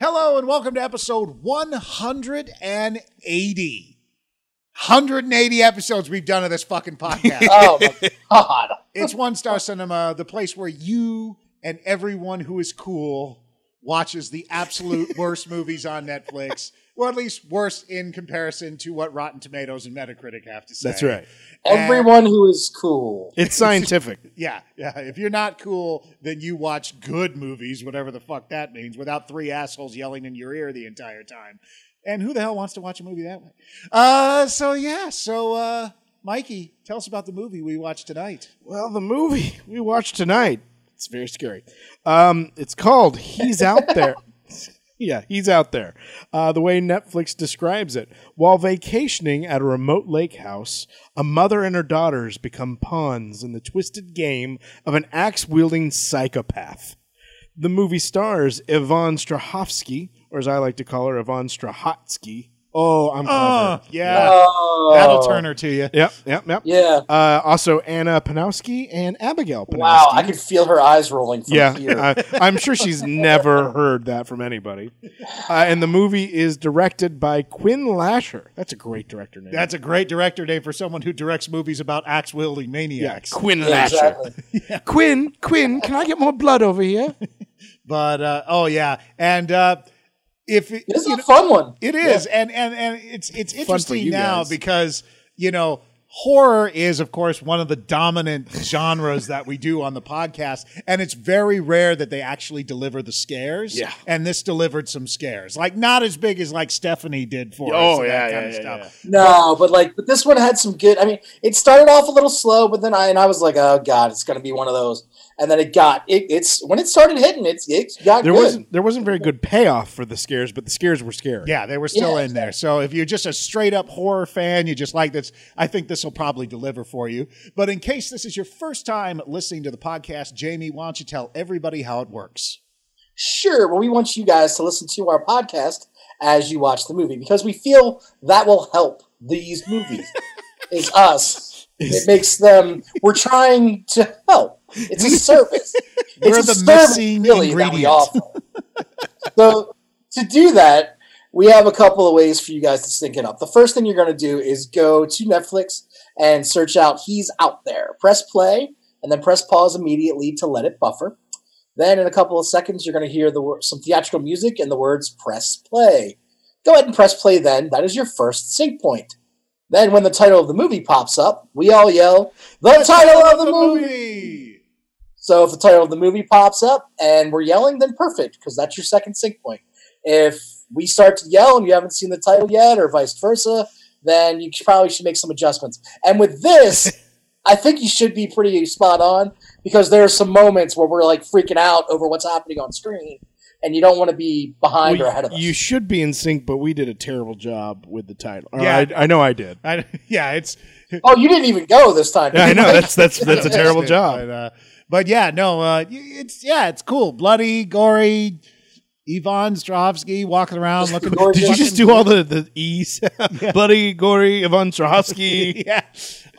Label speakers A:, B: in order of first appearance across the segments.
A: Hello and welcome to episode 180. 180 episodes we've done of this fucking podcast.
B: Oh my god.
A: it's One Star Cinema, the place where you and everyone who is cool watches the absolute worst movies on Netflix, or at least worst in comparison to what Rotten Tomatoes and Metacritic have to say.
C: That's right.
A: And-
B: Everyone who is cool.
C: It's scientific.
A: Yeah, yeah. If you're not cool, then you watch good movies, whatever the fuck that means, without three assholes yelling in your ear the entire time. And who the hell wants to watch a movie that way? Uh, so yeah. So uh, Mikey, tell us about the movie we watched tonight.
C: well, the movie we watched tonight, it's very scary. Um, it's called He's Out There. yeah, He's Out There. Uh, the way Netflix describes it. While vacationing at a remote lake house, a mother and her daughters become pawns in the twisted game of an axe wielding psychopath. The movie stars Yvonne Strahovski, or as I like to call her, Yvonne Strahotsky. Oh, I'm clever.
A: yeah,
B: Oh.
A: that'll turn her to you.
C: Yep, yep, yep.
B: Yeah.
C: Uh, also, Anna Panowski and Abigail Panowski.
B: Wow, I could feel her eyes rolling from
C: yeah,
B: here.
C: I, I'm sure she's never heard that from anybody. Uh, and the movie is directed by Quinn Lasher. That's a great director name.
A: That's a great director name for someone who directs movies about axe wielding
C: yeah,
A: maniacs.
C: Quinn
B: Yeah,
C: Lasher.
B: exactly.
C: Quinn, Quinn, can I get more blood over here?
A: But uh, oh yeah, and uh, if it,
B: This is
A: you
B: a fun one.
A: It is, and and and it's it's
C: for
A: interesting
C: you
A: now
C: guys.
A: because you know horror is of course one of the dominant genres that we do on the podcast and it's very rare that they actually deliver the scares
C: Yeah.
A: and this delivered some scares like not as big as like stephanie did for us
C: Oh,
A: and that
C: yeah,
A: kind
C: yeah,
A: of
C: yeah,
A: stuff
B: No, but like, but this one had some good. I mean, it started off a little slow, but then I and I was like, oh god, it's gonna be one of those. And then it got it. It's when it started hitting, it's it got
C: There
B: good.
C: wasn't there wasn't very good payoff for the scares, but the scares were scary.
A: yeah, they were still
B: Yeah,
A: in there. So if you're just a straight up horror fan, you just like this, I think this will probably deliver for you. But in case this is your first time listening to the podcast, Jamie, why don't you tell everybody how it works?
B: Sure, well, we want you guys to listen to our podcast as you watch the movie because we feel that will help these movies. it's us. It makes them. We're trying to help. It's a service.
A: We're
B: it's
A: the
B: a service,
A: missing
B: that we
A: ingredient.
B: offer. so to do that, we have a couple of ways for you guys to sync it up. The first thing you're going to do is go to Netflix and search out "He's Out There." Press play and then press pause immediately to let it buffer. Then, in a couple of seconds, you're going to hear the wor- some theatrical music and the words "Press Play." Go ahead and press play. Then that is your first sync point. Then, when the title of the movie pops up, we all yell the, title of the movie. So if the title of the movie pops up and we're yelling, then perfect, because that's your second sync point. If we start to yell and you haven't seen the title yet, or vice versa, then you should- probably should make some adjustments. And with this, I think you should be pretty spot on because there are some moments where we're like freaking out over what's happening on screen, and you don't want to be behind or ahead of
C: Well,
B: us.
C: you should be in sync, but we did a terrible job with the title. Or
A: Yeah.
C: I, I know I did.
A: I, yeah, it's
B: oh, you didn't even go this time.
C: Yeah, I know that's that's that's a terrible
A: But,
C: job.
A: uh, but yeah, no, uh, y- it's yeah, it's cool, bloody, gory. Yvonne Strahovski walking around looking.
B: Gorgeous.
C: Did you just do all the the E sound? Bloody gory Ivan Strahovski,
A: yeah,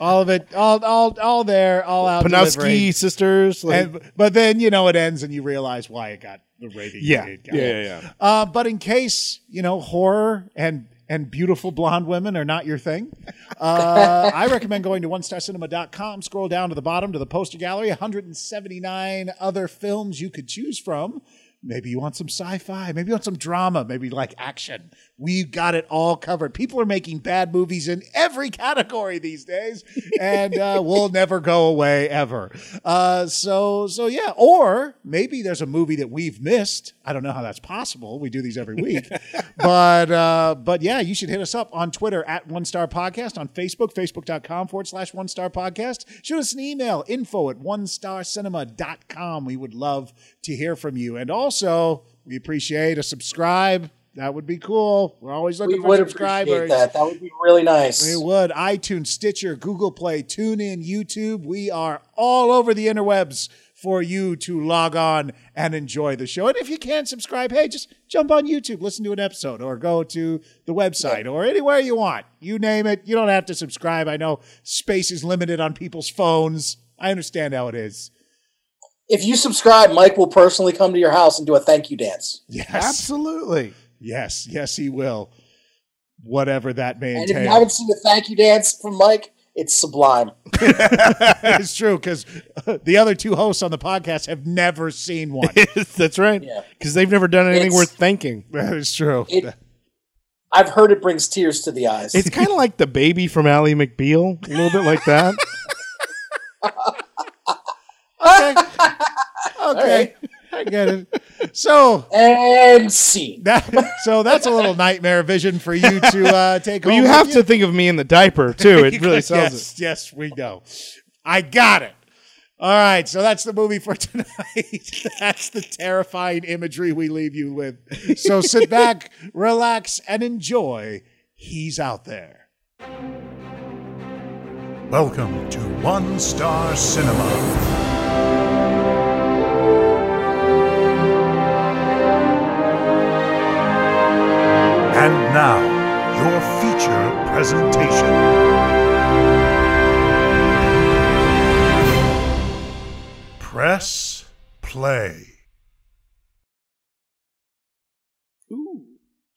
A: all of it, all, all, all there, all out. delivering.
C: Panofsky sisters. Like,
A: And, but then you know it ends, and you realize why it got the rating.
C: yeah, yeah,
A: it got.
C: yeah, yeah.
A: Uh, but in case you know horror and and beautiful blonde women are not your thing, uh, I recommend going to onestarcinema.com. Scroll down to the bottom to the poster gallery. 179 other films you could choose from. Maybe you want some sci-fi. Maybe you want some drama. Maybe you like action. We've got it all covered. People are making bad movies in every category these days, and uh, we'll never go away ever. Uh, so, so yeah. Or maybe there's a movie that we've missed. I don't know how that's possible. We do these every week, but uh, but yeah, you should hit us up on Twitter at One Star Podcast on Facebook, facebook.com forward slash One Star Podcast. Shoot us an email, info at onestarcinema.com. We would love to hear from you, and also we appreciate a subscribe. That would be cool. We're always looking
B: we
A: for
B: would appreciate
A: subscribers.
B: that. That would be really nice.
A: It would. iTunes, Stitcher, Google Play, TuneIn, YouTube. We are all over the interwebs for you to log on and enjoy the show. And if you can't subscribe, hey, just jump on YouTube, listen to an episode, or go to the website, or anywhere you want. You name it. You don't have to subscribe. I know space is limited on people's phones. I understand how it is.
B: if you subscribe, Mike will personally come to your house and do a thank you dance.
A: Yes.
C: Absolutely.
A: Yes. Yes, he will. Whatever that may
B: And if you
A: entail.
B: haven't seen the thank you dance from Mike, it's sublime.
A: it's true because the other two hosts on the podcast have never seen one.
C: That's right.
B: Yeah.
C: Because they've never done anything
B: It's-
C: worth thanking.
A: that is true.
B: It, I've heard it brings tears to the eyes.
C: It's kind of like the baby from Ally McBeal, a little bit like that.
A: okay. okay.
B: right.
A: I get it. So
B: and scene.
A: that so that's a little nightmare vision for you to uh, take
C: But
A: home.
C: you
A: with
C: have to think of me in the diaper too. It really sells
A: yes, Yes, we know. I got it. All right, so that's the movie for tonight. that's the terrifying imagery we leave you with. So sit back, relax, and enjoy. He's out there.
D: Welcome to One Star Cinema. And now, your feature presentation. Press play.
C: it. Ooh,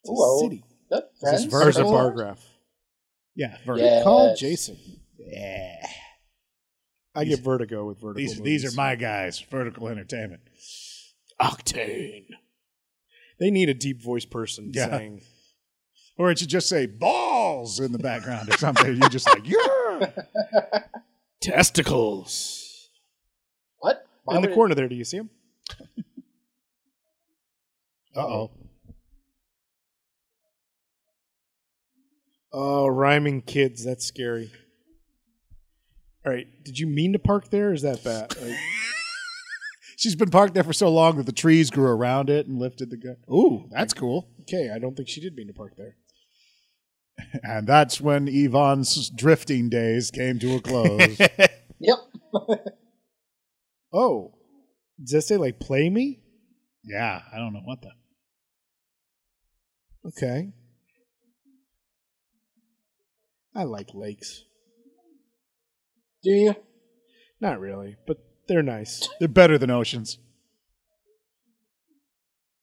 C: it's
B: Hello.
C: a city.
B: Nope,
A: This is
B: friends.
C: Or is it
A: Vertical.
C: a bar graph?
A: Yeah,
B: Yes.
C: Call Jason.
A: Yeah.
C: I
A: These-
C: get vertigo with vertigo.
A: These, these are my guys, Vertical Entertainment.
C: octane. They need a deep voice person
A: Yeah.
C: saying,
A: Or it should just say balls in the background or something. You're just like, yeah.
C: testicles.
B: What? Why
C: In the
B: would it-
C: corner there, do you see him? Uh oh. Oh, rhyming kids. That's scary. All right. Did you mean to park there? or Is that bad? Like,
A: She's been parked there for so long that the trees grew around it and lifted the gun. Ooh, that's cool.
C: okay. I don't think she did mean to park there.
A: And that's when Yvonne's drifting days came to a close.
B: Yep.
C: Oh. Does that say, like, play me?
A: yeah, I don't know what the.
C: Okay. I like lakes.
B: Do you?
C: Not really, but they're nice.
A: They're better than oceans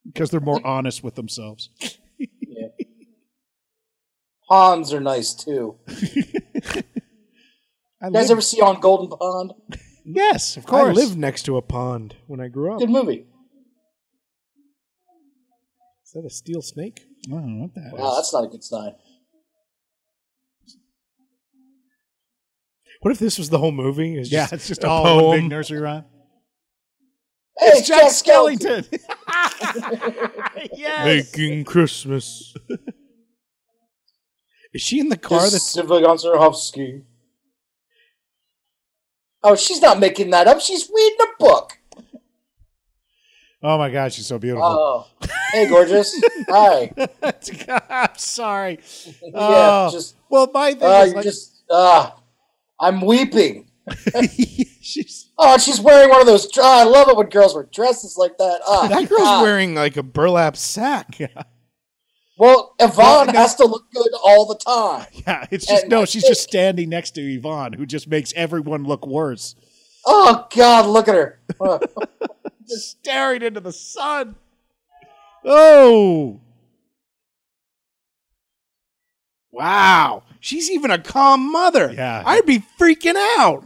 A: because they're more honest with themselves.
B: Ponds are nice too.
C: I
B: You guys
C: live-
B: ever see On Golden Pond?
A: Yes, of
C: I
A: course.
C: lived next to a pond when I grew up.
B: Good movie.
C: Is that a steel snake?
A: I don't know what that
B: Wow,
A: is.
B: that's not a good sign.
C: What if this was the whole movie? It's
A: Yeah,
C: just
A: it's just
C: a
A: all one big
C: poem.
A: nursery rhyme.
B: Hey,
A: It's Jack Skellington.
C: Making Christmas. Is she in the car? That's
B: Sivagonsarovsky. Oh, she's not making that up. She's reading a book.
A: Oh my gosh, she's so beautiful.
C: Uh-huh.
B: Oh, hey, gorgeous. Hi. Yeah,
A: I'm sorry. Oh.
B: just
A: Well, my thing
B: uh,
A: is
B: you
A: like,
B: just uh, I'm weeping.
A: she's
B: Oh, and she's wearing one of those. ah, I love it when girls wear dresses like that. Ah,
C: that girl's
B: ah.
C: wearing like a burlap sack.
B: Well,
A: Well,
B: Yvonne
A: no.
B: has to look good all the time.
A: yeah. It's just
B: And
A: no.
B: I
A: She's
B: think-
A: just standing next to Yvonne, who just makes everyone look worse.
B: Oh God, look at her. Uh,
A: Just staring into the sun. Oh,
C: Wow, she's even a calm mother.
A: Yeah.
C: I'd be freaking out.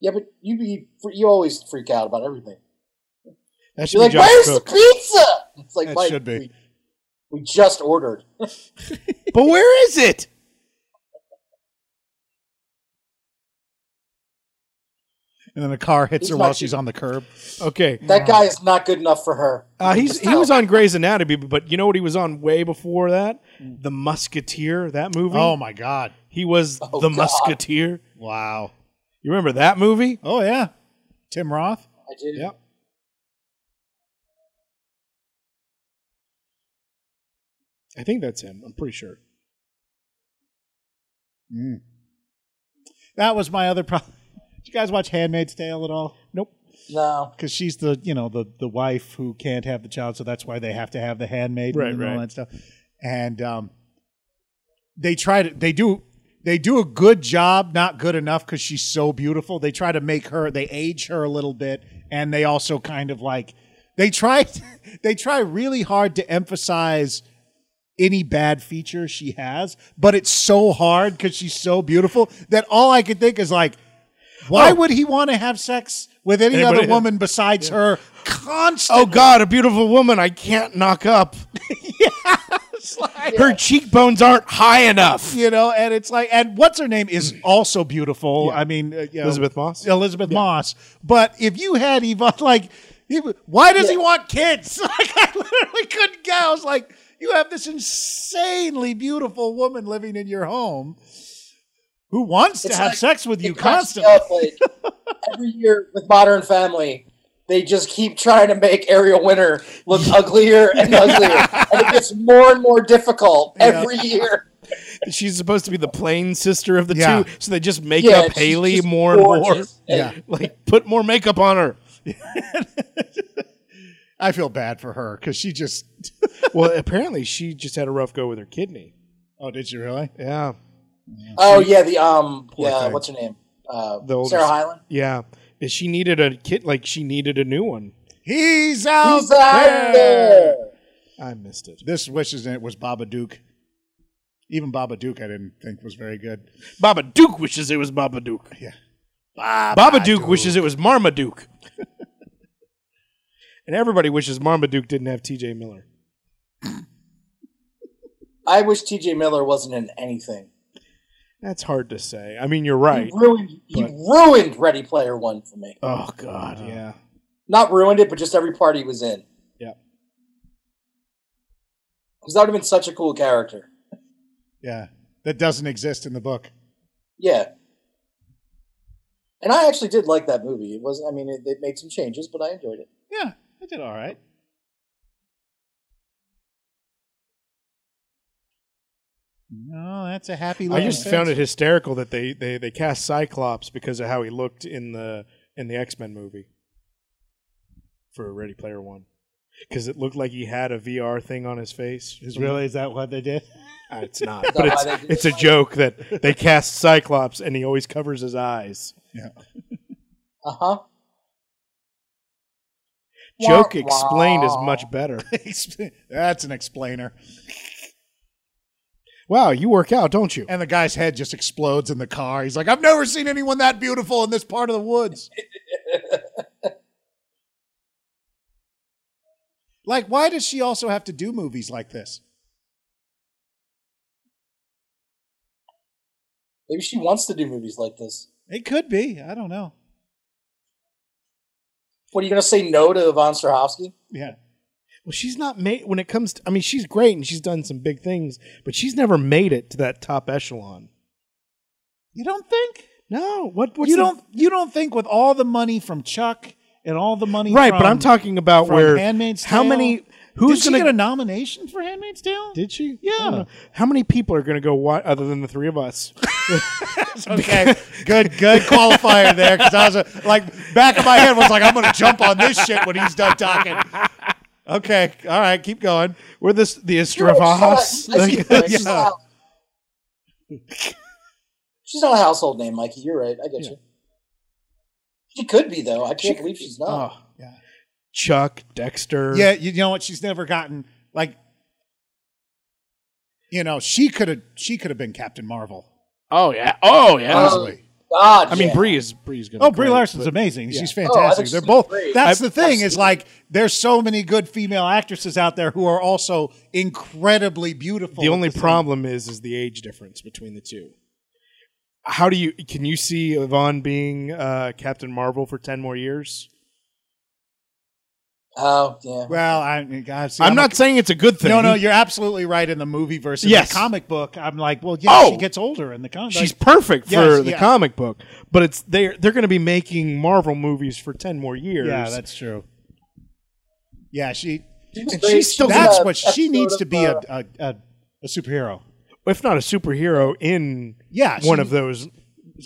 B: yeah, but you be you always freak out about everything.
C: That should
B: You're like,
C: be Josh
B: "Where's
C: Cook.
B: the pizza?" It's like,
A: That
B: Mike,
A: should be.
B: We, we just ordered.
C: but where is it?
A: and then a car hits
B: He's
A: her while
B: not-
A: she's on the curb.
C: Okay,
B: That guy is not good enough for her.
C: Uh, he's he was on Grey's Anatomy, but you know what he was on way before that? The Musketeer, that movie.
A: Oh my god!
C: he was
B: Oh,
C: the
B: God.
C: Musketeer.
A: Wow.
C: You remember that movie?
A: Oh yeah, Tim Roth.
B: I do.
C: Yep. I think that's him. I'm pretty sure.
A: Mm. That was my other problem. Did you guys watch *Handmaid's Tale* at all? Nope.
B: No.
A: because she's the you know the the wife who can't have the child, so that's why they have to have the handmaid
C: Right,
A: and all
C: right.
A: that stuff. And um, they try to they do They do a good job, not good enough because she's so beautiful. They try to make her, they age her a little bit, and they also kind of like they try they try really hard to emphasize any bad feature she has, but it's so hard because she's so beautiful that all I could think is like, why
C: Oh.
A: would he want to have sex with any
C: Anybody-
A: other woman besides her? Constant.
C: Oh God, a beautiful woman I can't knock up. Her cheekbones aren't high enough.
A: you know, and it's like, and what's her name is also beautiful. I mean, uh, you know,
C: Elizabeth Moss?
A: Elizabeth Moss. But if you had Yvonne, like, he- why does he want kids? Like, I literally couldn't get. I was like, you have this insanely beautiful woman living in your home who wants to
B: It's
A: have
B: like-
A: sex with you
B: It cracks me
A: constantly.
B: up, like, every year with Modern Family, they just keep trying to make Ariel Winter look uglier and uglier, and it gets more and more difficult every year.
C: She's supposed to be the plain sister of the
A: Yeah.
C: two, so they just make
B: Yeah,
C: up
B: she's
C: Haley
B: just
C: more and more.
B: gorgeous. Yeah.
C: like put more makeup on her.
A: I feel bad for her because she just.
C: Well, apparently she just had a rough go with her kidney.
A: Oh, did you really?
C: Yeah,
B: Oh yeah, the um, yeah,
C: thing.
B: what's her name? Uh,
C: The oldest-
B: Sarah Hyland.
C: yeah. She needed a kid, like she needed a new one.
A: He's
C: Oh,
A: out,
B: Who's out
A: there.
B: there?
C: I missed it.
A: This wishes it was Baba Duke. Even Baba Duke, I didn't think was very good.
C: Baba Duke wishes it was Baba Duke.
A: Yeah.
C: Baba Duke wishes it was Marmaduke. and everybody wishes Marmaduke didn't have T.J. Miller.
B: I wish T.J. Miller wasn't in anything.
C: That's hard to say. I mean, you're right.
B: He ruined. He ruined Ready Player One for me.
C: Oh God,
A: Uh,
C: yeah.
B: Not ruined it, but just every part he was in.
C: Yep.
B: Because that would have been such a cool character.
A: Yeah. That doesn't exist in the book.
B: Yeah. And I actually did like that movie. It was, I mean, it, it made some changes, but I enjoyed it.
A: Yeah, I did all right. No, that's a happy
C: I just found it hysterical that they, they they cast Cyclops because of how he looked in the in the X Men movie for Ready Player One, because it looked like he had a VR thing on his face. His
A: Really, is that what they did?
C: Uh, It's not,
B: that
C: but it's
B: why they did
C: it's a
B: it?
C: joke that they cast Cyclops and he always covers his eyes.
B: Uh huh.
C: Joke explained is much better.
A: that's an explainer.
C: Wow, you work out, don't you?
A: And the guy's head just explodes in the car. He's like, I've never seen anyone that beautiful in this part of the woods. like, why does she also have to do movies like this?
B: Maybe she wants to do movies like this.
A: It could be. I don't know.
B: What are you going to say no to Yvonne Strahovski?
A: Yeah.
C: Well, she's not made when it comes to. I mean, she's great and she's done some big things, but she's never made it to that top echelon.
A: You don't think?
C: No, what? What's
A: you
C: the-
A: don't you don't think with all the money from Chuck and all the money
C: right?
A: from,
C: but I'm talking about
A: from
C: where
A: Handmaid's
C: how
A: Tale.
C: many?
A: Who's
C: Who's
A: she
C: gonna?
A: get a nomination for Handmaid's Tale?
C: did she?
A: Yeah.
C: I don't know. How many people are gonna go watch other than the three of us?
A: okay, good good qualifier there because I was uh, like back of my head was like I'm gonna jump on this shit when he's done talking. Okay, all right, keep going.
C: We're this the
B: You're a
C: Estravajas.
B: slut. I see her.
C: Like,
B: She's not a- She's not a household name, Mikey. You're right. I get you. She could be, though. I can't believe she's not.
C: oh, yeah. Chuck Dexter.
A: Yeah, you know what? She's never gotten like, you know, she could have she could have been Captain Marvel.
C: Oh yeah. Oh yeah.
A: Easily.
B: God,
C: I mean,
B: yeah.
C: Bree is Bree's gonna.
A: Oh, Brie
C: great,
A: Larson's
C: but- Oh,
A: amazing. She's
B: I
A: fantastic.
B: think
A: They're
B: she's
A: both.
B: great.
A: That's
B: I-
A: the thing is
B: absolutely.
A: like there's so many good female actresses out there who are also incredibly beautiful.
C: The
A: at
C: only
A: same-
C: problem is is the age difference between the two. How do you can you see Yvonne being uh, Captain Marvel for ten more years?
B: Oh, yeah.
A: Well, I, I've seen,
C: I'm not saying it's a good thing.
A: No, no, you're absolutely right. In the movie versus
C: Yes.
A: the comic book, I'm like, well, yeah,
C: Oh!
A: she gets older in the comic.
C: she's perfect for
A: Yes,
C: the
A: yeah.
C: comic book, but it's they're they're going to be making Marvel movies for ten more years.
A: yeah, that's true. Yeah, she.
B: She was
C: and
B: great.
C: she's still-
B: was
A: That's
B: in a
A: what she
B: episode
A: needs
B: of,
A: to be a
B: uh,
A: a, a, a superhero.
C: if not a superhero in
A: Yeah,
C: one
A: she-
C: of those.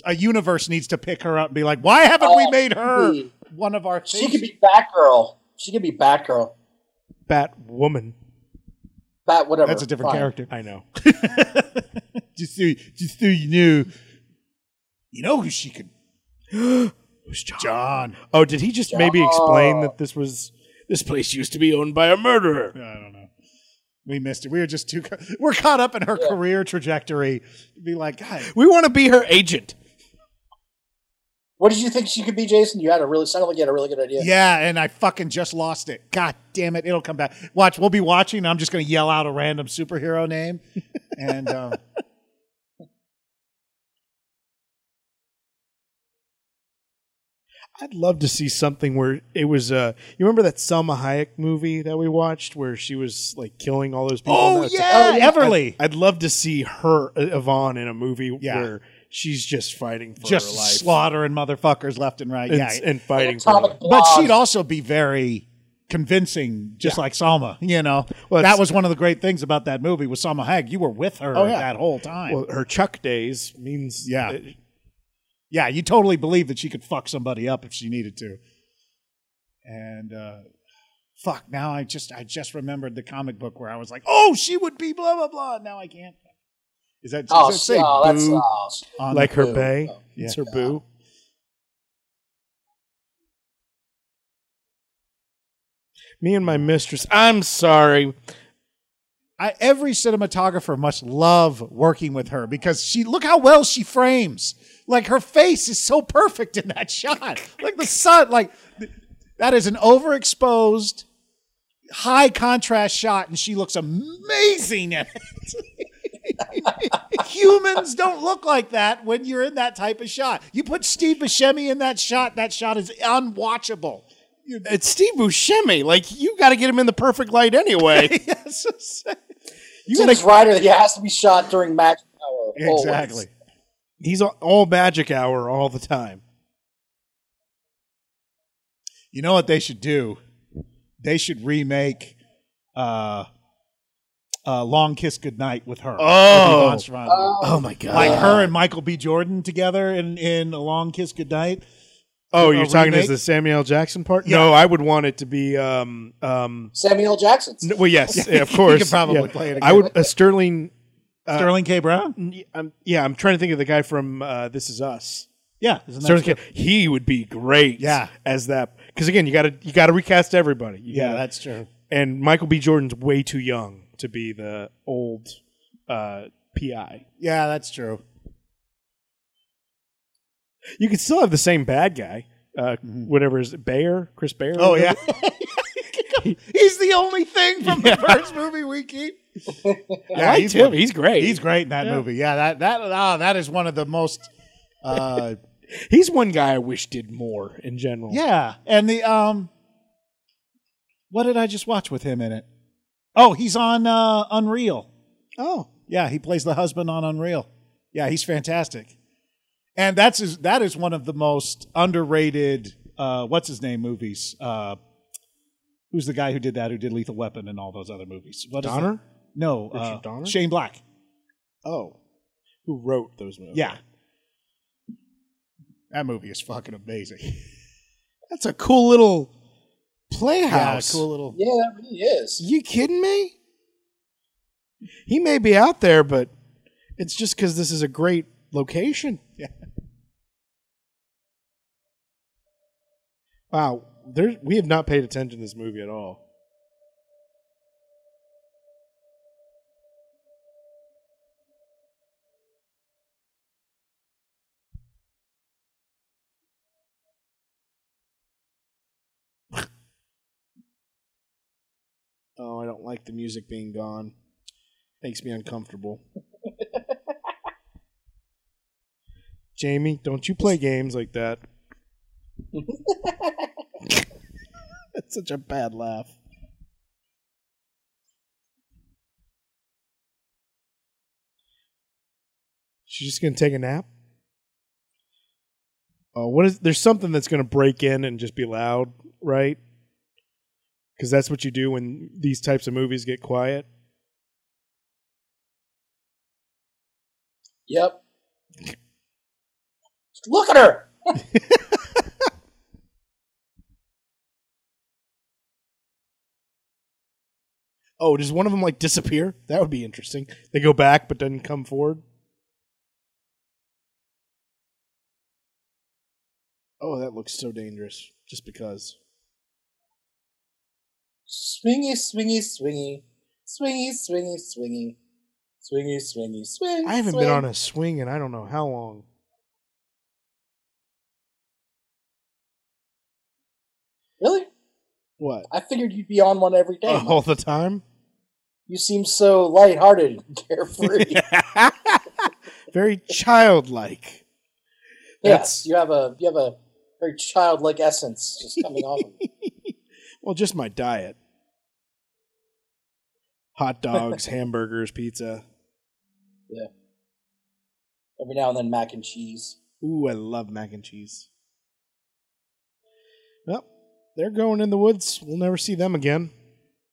A: A universe needs to pick her up and be like, why haven't we
B: Oh,
A: made her
B: she-
A: one of our? Things?
B: She could be Batgirl. She could be Batgirl.
C: Batwoman.
B: Bat whatever.
A: That's a different
B: Fine.
A: character.
C: I know.
A: just so, just so you knew, you know who she could.
C: Who's John?
A: John.
C: Oh, did he just maybe explain that this was Oh. this place used to be owned by a murderer?
A: I don't know. We missed it. We were just too. Ca- we're caught up in her career trajectory. Be like, God,
C: We want to be her agent.
B: What did you think she could be, Jason? You had a really sounded like you had a really good idea.
A: yeah, and I fucking just lost it. God damn it, it'll come back. Watch, we'll be watching. And I'm just gonna yell out a random superhero name, and um,
C: I'd love to see something where it was. Uh, you remember that Selma Hayek movie that we watched where she was like killing all those people?
A: Oh,
C: That's-
A: yeah,
C: I'd-
A: Everly.
C: I'd, love to see her uh, Yvonne in a movie
A: Yeah.
C: where she's just fighting for
A: just
C: her life,
A: slaughtering motherfuckers left and right.
C: and,
A: yeah,
C: and fighting for her
B: Atomic
C: life.
A: but
B: Blonde.
A: she'd also be very convincing, just like Salma. You know,
C: Well, it's-
A: that was one of the great things about that movie was Salma Hag. You were with her
C: Oh, yeah.
A: that whole time.
C: Well, her Chuck days means uh,
A: Yeah.
C: that-
A: yeah, you totally believe that she could fuck somebody up if she needed to. And uh, fuck, now I just I just remembered the comic book where I was like, oh, she would be blah blah blah. Now I can't. Is that
B: Oh,
A: does it say
B: oh, that's
A: boo
B: oh,
A: on
C: like
A: the-
C: her
B: Boo.
C: bay.
B: Oh,
C: It's
A: yeah.
C: her boo. Me and my mistress. I'm sorry.
A: I, every cinematographer must love working with her because she look how well she frames. Like her face is so perfect in that shot. Like the sun, like th- that is an overexposed, high contrast shot, and she looks amazing in it. Humans don't look like that when you're in that type of shot. You put Steve Buscemi in that shot, that shot is unwatchable.
C: It's Steve Buscemi. Like you got to get him in the perfect light anyway.
A: Yes,
C: You
B: Tim's
C: gotta,
B: Ryder, he has to be shot during match hour. always.
A: exactly.
C: he's all- all magic hour all the time.
A: You know what they should do? They should remake uh, uh, "Long Kiss Goodnight" with her.
C: Oh.
A: With Yvonne Strahan.
B: Um,
C: Oh my god.
A: like her and Michael B. Jordan together in in "A Long Kiss Goodnight."
C: oh,
A: a
C: you're talking
A: remake?
C: as the Samuel L. Jackson part?
A: Yeah.
C: No, I would want it to be um um
B: Samuel L. Jackson.
C: n- well yes,
A: Yeah,
C: of
A: you
C: course.
A: could probably
C: yeah.
A: play it
C: I
A: again.
C: would a Sterling Uh,
A: Sterling K. Brown.
C: n- I'm, yeah, I'm trying to think of the guy from uh, This Is Us.
A: Yeah, isn't that
C: Sterling
A: true?
C: K. He would be great.
A: Yeah.
C: as that because again, you got to you got to recast everybody. You
A: Yeah,
C: gotta-
A: that's true.
C: and Michael B. Jordan's way too young to be the old uh, PI.
A: Yeah, that's true.
C: You could still have the same bad guy, uh, whatever is it, Bayer, Chris Bayer.
A: Oh yeah, he's the only thing from the first movie we keep.
C: I liked
A: he's
C: him.
A: one-
C: He's great.
A: He's great in that
C: Yeah.
A: movie. Yeah, that that ah, that is one of the most. Uh,
C: he's one guy I wish did more in general.
A: Yeah, and the um, what did I just watch with him in it? Oh, he's on uh, Unreal.
C: Oh,
A: Yeah, he plays the husband on Unreal. Yeah, he's fantastic. And that's his, that is one of the most underrated uh, what's his name movies. Uh, who's the guy who did that? Who did Lethal Weapon and all those other movies? What is that?
C: Donner.
A: No,
C: Richard
A: uh,
C: Donner?
A: Shane Black.
C: Oh, who wrote those movies?
A: Yeah, that movie is fucking amazing.
C: that's a cool little
A: Yeah,
C: playhouse.
A: cool little.
B: Yeah, that really is.
C: You kidding me? He may be out there, but it's just because this is a great location.
A: Yeah.
C: Wow, there we have not paid attention to this movie at all. Oh, I don't like the music being gone. Makes me uncomfortable. Jamie, don't you play games like that? That's such a bad laugh. She's just gonna take a nap. Oh, what is? There's something that's gonna break in and just be loud, right? Because that's what you do when these types of movies get quiet.
B: Yep. Look at her.
C: Oh, does one of them like disappear? That would be interesting. They go back but doesn't come forward. Oh, that looks so dangerous. Just because.
B: Swingy, swingy, swingy. Swingy, swingy, swingy. Swingy, swingy, swing.
C: I haven't
B: swing.
C: been on a swing in I don't know how long.
B: Really?
C: What?
B: I figured you'd be on one every day.
C: all the time?
B: You seem so lighthearted and carefree.
C: Very childlike.
B: Yes, you have a you have a very childlike essence just coming off. Of you.
C: Well, just my diet. Hot dogs, hamburgers, pizza.
B: Every now and then, mac and cheese.
C: Ooh, I love mac and cheese. Well, they're going in the woods. We'll never see them again.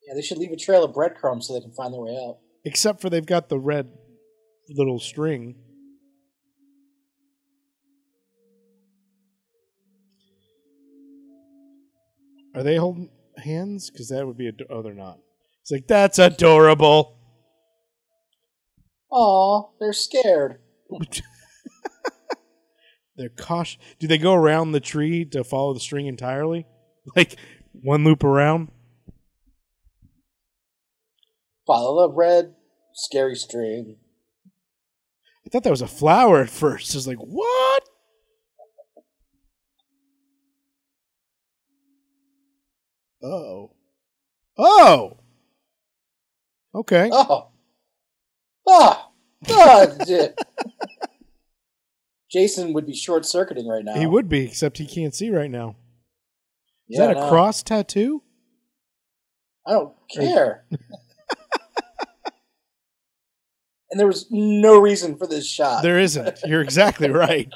B: Yeah, they should leave a trail of breadcrumbs so they can find their way out.
C: Except for they've got the red little string. Are they holding hands? Because that would be. Ad- oh, they're not. It's like, that's adorable.
B: Aw, they're scared.
C: They're cautious. Do they go around the tree to follow the string entirely? Like one loop around?
B: Follow the red scary string.
C: I thought that was a flower at first. I was like, what? Oh. Oh. Okay.
B: Oh, ah, ah, shit. Jason would be short circuiting right now.
C: He would be, except he can't see right now. Is
B: Yeah,
C: that a
B: no,
C: cross tattoo?
B: I don't care. and there was no reason for this shot.
C: There isn't. You're exactly right.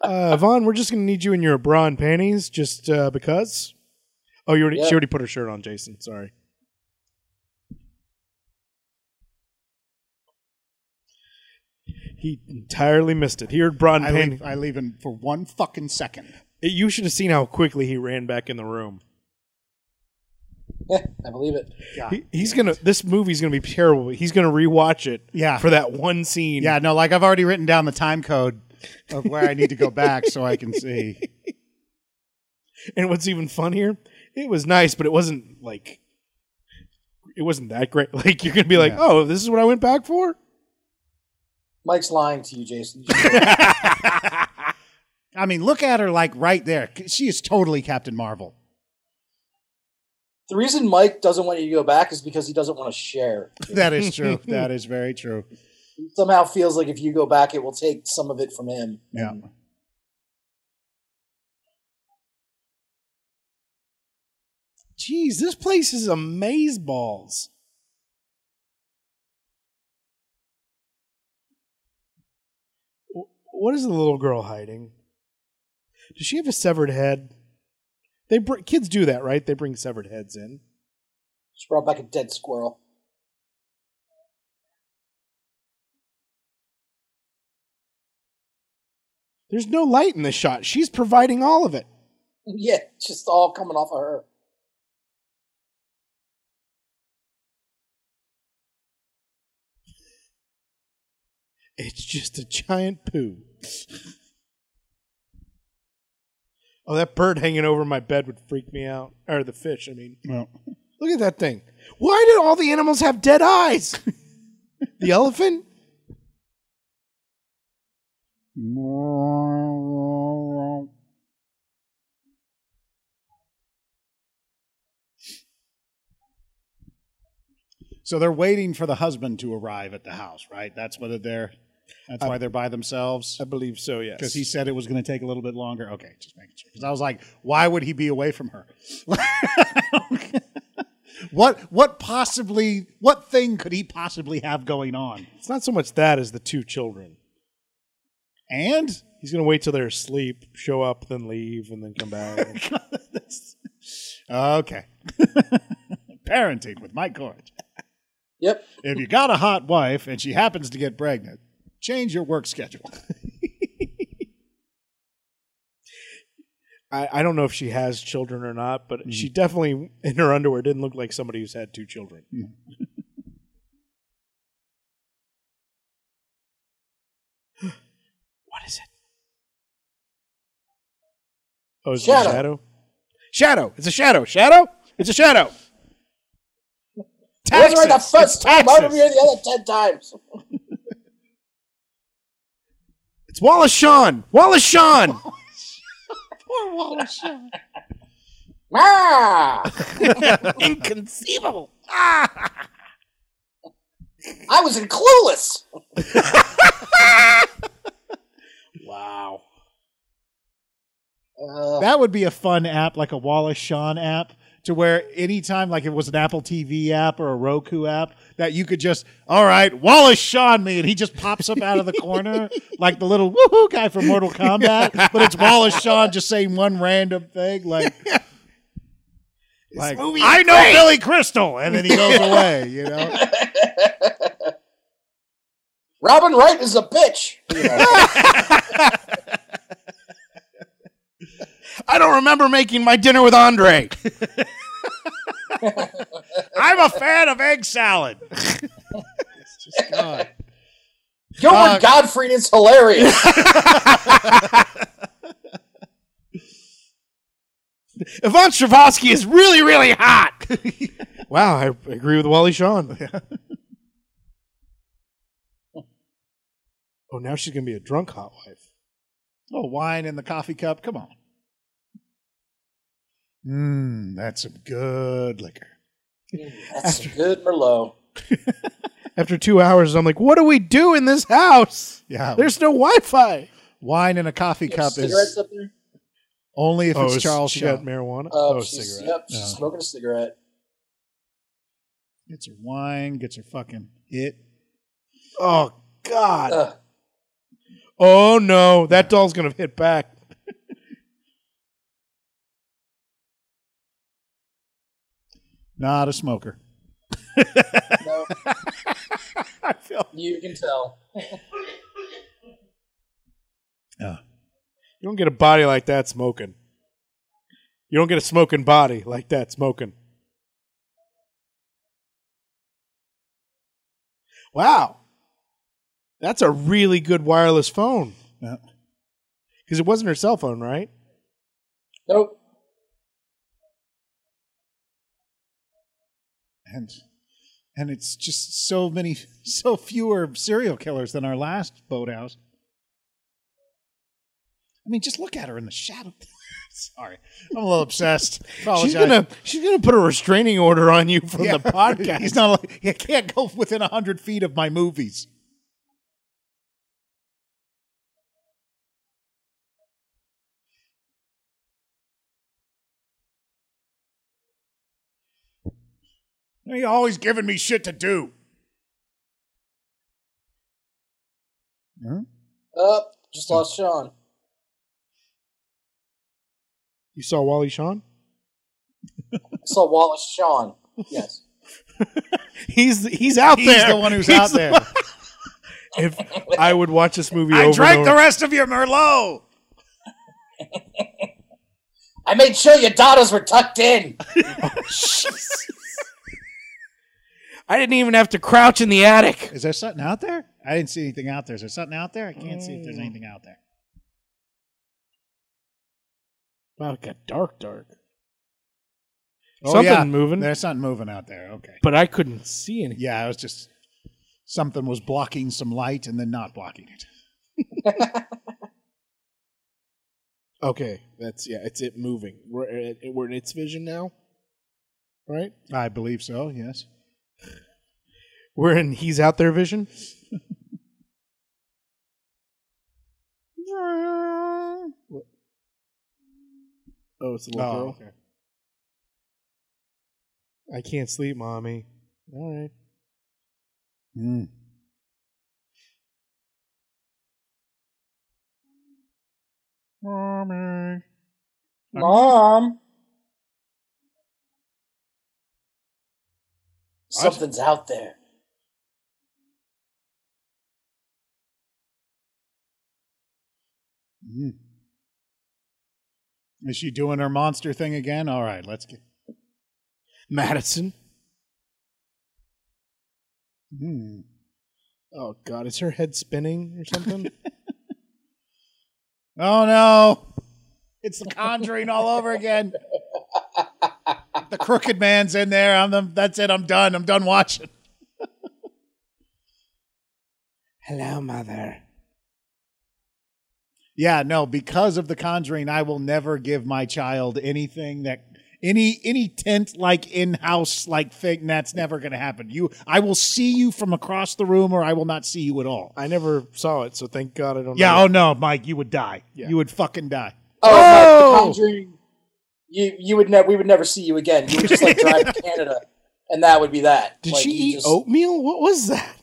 C: Uh, Vaughn, we're just going to need you in your bra and panties just uh, because. Oh, you already,
B: Yeah.
C: she already put her shirt on, Jason. Sorry. He entirely missed it. He heard bra and
A: I
C: panties.
A: leave, I leave him for one fucking second.
C: You should have seen how quickly he ran back in the room.
B: I believe it.
A: God.
C: He, he's gonna. This movie's gonna be terrible. He's gonna rewatch it.
A: Yeah.
C: For that one scene.
A: yeah, no, like I've already written down the time code of where I need to go back so I can see.
C: And what's even funnier, it was nice, but it wasn't like it wasn't that great. Like you're gonna be like,
A: Yeah.
C: oh, this is what I went back for.
B: Mike's lying to you, Jason.
A: I mean, look at her like right there. She is totally Captain Marvel.
B: the reason Mike doesn't want you to go back is because he doesn't want to share.
A: That is true. that is very true.
B: He somehow feels like if you go back, it will take some of it from him.
A: Yeah.
C: Jeez, this place is a maze balls. Wh- What is the little girl hiding? Does she have a severed head? They br- kids do that, right? They bring severed heads in.
B: She brought back a dead squirrel.
C: There's no light in this shot. She's providing all of it.
B: Yeah, just all coming off of her.
C: It's just a giant poo. oh, that bird hanging over my bed would freak me out. Or the fish, I mean.
A: Well,
C: Look at that thing. Why did all the animals have dead eyes? the elephant?
A: So they're waiting for the husband to arrive at the house, right? That's what they're. That's why they're by themselves.
C: I believe so, yes.
A: Because he said it was going to take a little bit longer. Okay, just making sure. Because I was like, why would he be away from her? what what possibly what thing could he possibly have going on?
C: it's not so much that as the two children.
A: And
C: He's going to wait till they're asleep, show up, then leave, and then come back.
A: okay, parenting with Mike Gorge.
B: Yep.
A: If you got a hot wife and she happens to get pregnant, change your work schedule.
C: I, I don't know if she has children or not, but she definitely, in her underwear, didn't look like somebody who's had two children. what is it? Oh, is it
B: Shadow.
C: a shadow? Shadow. It's a shadow. Shadow? It's a shadow.
B: I wasn't right the
C: Taxes.
B: first
C: It's
B: time. I
C: taxes.
B: remember here the other ten times.
C: It's Wallace Shawn. Wallace Shawn.
A: Poor Wallace Shawn.
B: Ah,
C: Inconceivable. Ah!
B: I was in Clueless.
C: Wow.
B: Uh,
A: That would be a fun app, like a Wallace Shawn app, to where anytime, like it was an Apple TV app or a Roku app, that you could just, all right, Wallace Shawn me. And he just pops up out of the corner, like the little woohoo guy from Mortal Kombat. But it's Wallace Shawn just saying one random thing, like, like
C: movie is
A: I know Billy Crystal. And then he goes away, you know?
B: Robin Wright is a bitch. You know.
C: I don't remember making my dinner with Andre.
A: I'm a fan of egg salad.
B: Gilbert Gottfried is hilarious.
C: Yvonne Stravosky is really, really hot. wow, I agree with Wally Shawn. oh, now she's going to be a drunk hot wife.
A: Oh, wine in the coffee cup. Come on. Mmm, that's some good liquor.
B: That's some good Merlot.
C: After two hours, I'm like, what do we do in this house?
A: Yeah.
C: There's no Wi Fi.
A: wine in a coffee
B: You have
A: cup
B: cigarettes
A: is
B: up there?
A: only if it's Charles
C: Oh, she got
A: Shaw.
C: marijuana?
B: Uh,
C: oh,
B: she's,
C: cigarette.
B: Yep, she's
A: Yeah.
B: smoking a cigarette.
A: Gets her wine, gets her fucking it.
C: Oh, God.
B: Ugh.
C: oh, no. That doll's going to hit back.
A: Not a smoker.
B: no,
A: I feel.
B: you can tell.
C: You don't get a body like that smoking. You don't get a smoking body like that smoking. Wow. That's a really good wireless phone.
A: Yeah.
C: Because it wasn't her cell phone, right?
B: Nope.
A: And and it's just so many, so fewer serial killers than our last boathouse. I mean, just look at her in the shadow. Sorry, I'm a little obsessed. Apologize.
C: She's gonna she's gonna put a restraining order on you from
A: Yeah.
C: the podcast.
A: He's not. Like, he can't go within hundred feet of my movies. He always giving me shit to do.
B: Up. just lost Sean.
C: you saw Wally Shawn?
B: I saw Wallace Sean. Yes.
C: He's he's out
A: He's
C: there.
A: the one who's
C: He's
A: out
C: the
A: there.
C: one- If I would watch this movie
A: I
C: over and
A: drank
C: over.
A: the rest of your Merlot.
B: I made sure your daughters were tucked in.
C: I didn't even have to crouch in the attic.
A: Is there something out there? I didn't see anything out there. Is there something out there? I can't see if there's
C: Mm.
A: anything out there.
C: Wow, it got dark, dark.
A: Oh,
C: Something
A: yeah.
C: moving,
A: There's something moving out there. Okay.
C: but I couldn't see anything.
A: Yeah, it was just something was blocking some light and then not blocking it.
C: Okay, that's yeah, it's it moving. We're at, we're in its vision now, right?
A: I believe so, yes.
C: We're in he's out there vision. What? Oh, it's a little
A: Oh,
C: girl.
A: okay.
C: I can't sleep, mommy. All right.
A: Mm. Mommy.
B: Mom. Something's out there.
A: Mm. Is she doing her monster thing again? All right, let's get.
C: Madison.
A: Mm.
C: Oh God, is her head spinning or something?
A: Oh no! It's the Conjuring all over again. The crooked man's in there. I'm the, that's it. I'm done. I'm done watching.
C: Hello, mother.
A: Yeah, no, because of the Conjuring, I will never give my child anything that any any tent like in house like thing. That's never going to happen. You, I will see you from across the room, or I will not see you at all.
C: I never saw it, so thank God I don't.
A: Yeah.
C: know.
A: Oh no, Mike, you would die.
C: Yeah.
A: You would fucking die.
B: Oh,
C: Oh!
B: Mike, the Conjuring. You you would never we would never see you again. You would just like drive to Canada, and that would be that.
C: Did
B: Like,
C: she
B: you
C: eat
B: just-
C: oatmeal? What was that?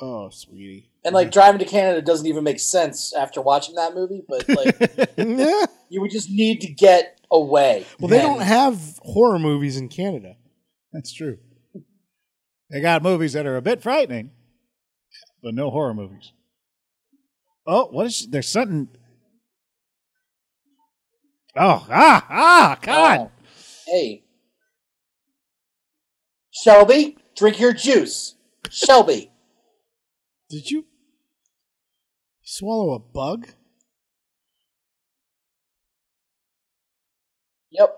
C: Oh, sweetie.
B: And like driving to Canada doesn't even make sense after watching that movie. But like
C: yeah.
B: you would just need to get away.
C: Well, they
B: And
C: don't have horror movies in Canada.
A: That's true. They got movies that are a bit frightening, but no horror movies. Oh, what is there's something? Oh, ah, ah, God.
B: wow. Hey, Shelby, drink your juice. Shelby,
C: Did you swallow a bug?
B: yep.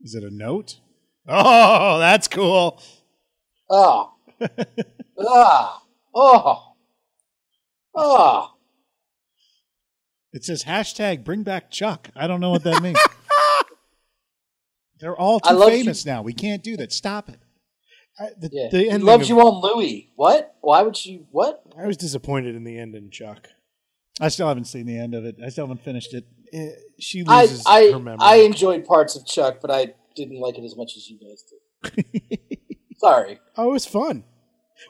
A: Is it a note? Oh, that's cool.
B: Oh, ah, oh, oh.
A: It says hashtag bring back Chuck. I don't know what that means. They're all
B: I
A: too
B: love
A: famous now. We can't do that. Stop it.
C: I, the,
B: Yeah.
C: the
B: he
C: ending
B: loves
C: of-
B: you on Louis. What? Why would she? What?
C: I was disappointed in the end in Chuck.
A: I still haven't seen the end of it. I still haven't finished it.
C: Eh, She
B: I
C: loses her
B: I,
C: memory.
B: I enjoyed parts of Chuck, but I didn't like it as much as you guys did. Sorry.
C: oh, it was fun.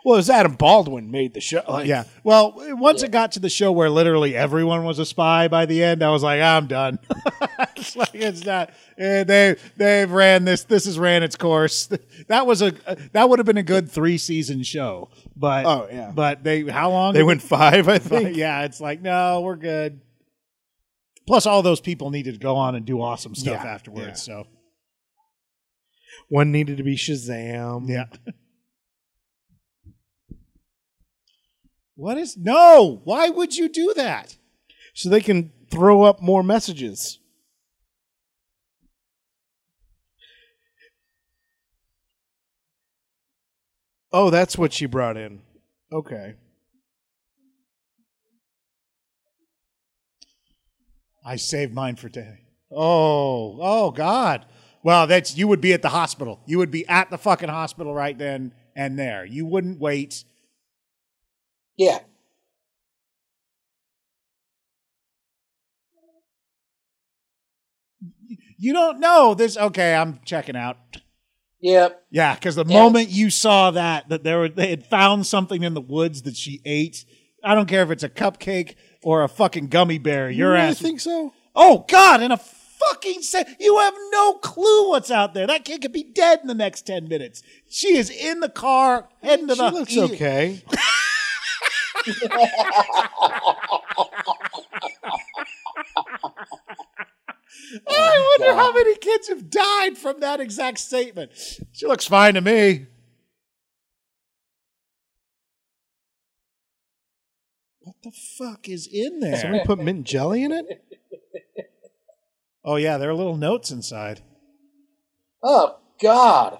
C: Well, it was Adam Baldwin made the show. Like,
A: yeah. Well, once it got to the show where literally everyone was a spy by the end, I was like, I'm done. it's like it's not. eh, They they've ran this. This has ran its course. That was a that would have been a good three season show. But
C: Oh, yeah.
A: But they how long
C: They went five, I think.
A: But yeah, it's like, no, we're good. Plus, all those people needed to go on and do awesome stuff
C: Yeah,
A: afterwards.
C: yeah.
A: So,
C: One needed to be Shazam.
A: yeah. what is. No! Why would you do that?
C: So they can throw up more messages. Oh, that's what she brought in. Okay.
A: I saved mine for today. Oh, oh, God. Well, that's. You would be at the hospital. You would be at the fucking hospital right then and there. You wouldn't wait.
B: Yeah.
A: You don't know. This. Okay, I'm checking out.
B: Yeah.
A: Yeah, because the
B: Yeah.
A: moment you saw that that there were, they had found something in the woods that she ate. I don't care if it's a cupcake or a fucking gummy bear. Your
C: you really
A: ass.
C: think so?
A: oh God! In a fucking se- you have no clue what's out there. That kid could be dead in the next ten minutes. She is in the car heading to
C: she
A: the. E
C: looks okay.
A: I wonder
B: God.
A: how many kids have died from that exact statement. She looks fine to me. What the fuck is in there?
C: Somebody put mint jelly in it?
A: Oh yeah, there are little notes inside.
B: Oh God.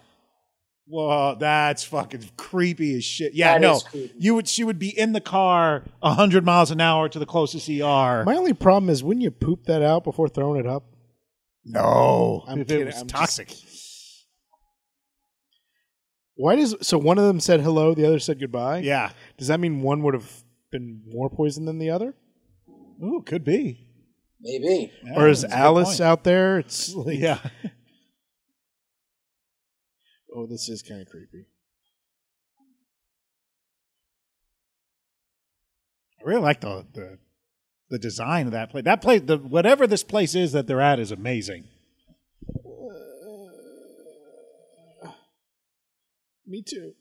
A: Whoa, that's fucking creepy as shit. Yeah,
B: That
A: no,
B: is creepy.
A: you would. She would be in the car hundred miles an hour to the closest ER.
C: My only problem is wouldn't you poop that out before throwing it up?
A: no,
C: I'm
A: if it
C: kidding,
A: was
C: I'm just-
A: toxic.
C: Why does so one of them said hello, the other said goodbye?
A: Yeah.
C: Does that mean one would have been more poisoned than the other?
A: Ooh, could be.
B: Maybe.
A: Yeah,
C: or is
A: that's a good
C: Alice
A: point.
C: out there? It's like
A: Yeah.
C: Oh, this is kind of creepy.
A: I really like the, the the design of that place. That place, the whatever this place is that they're at, is amazing.
C: Me too.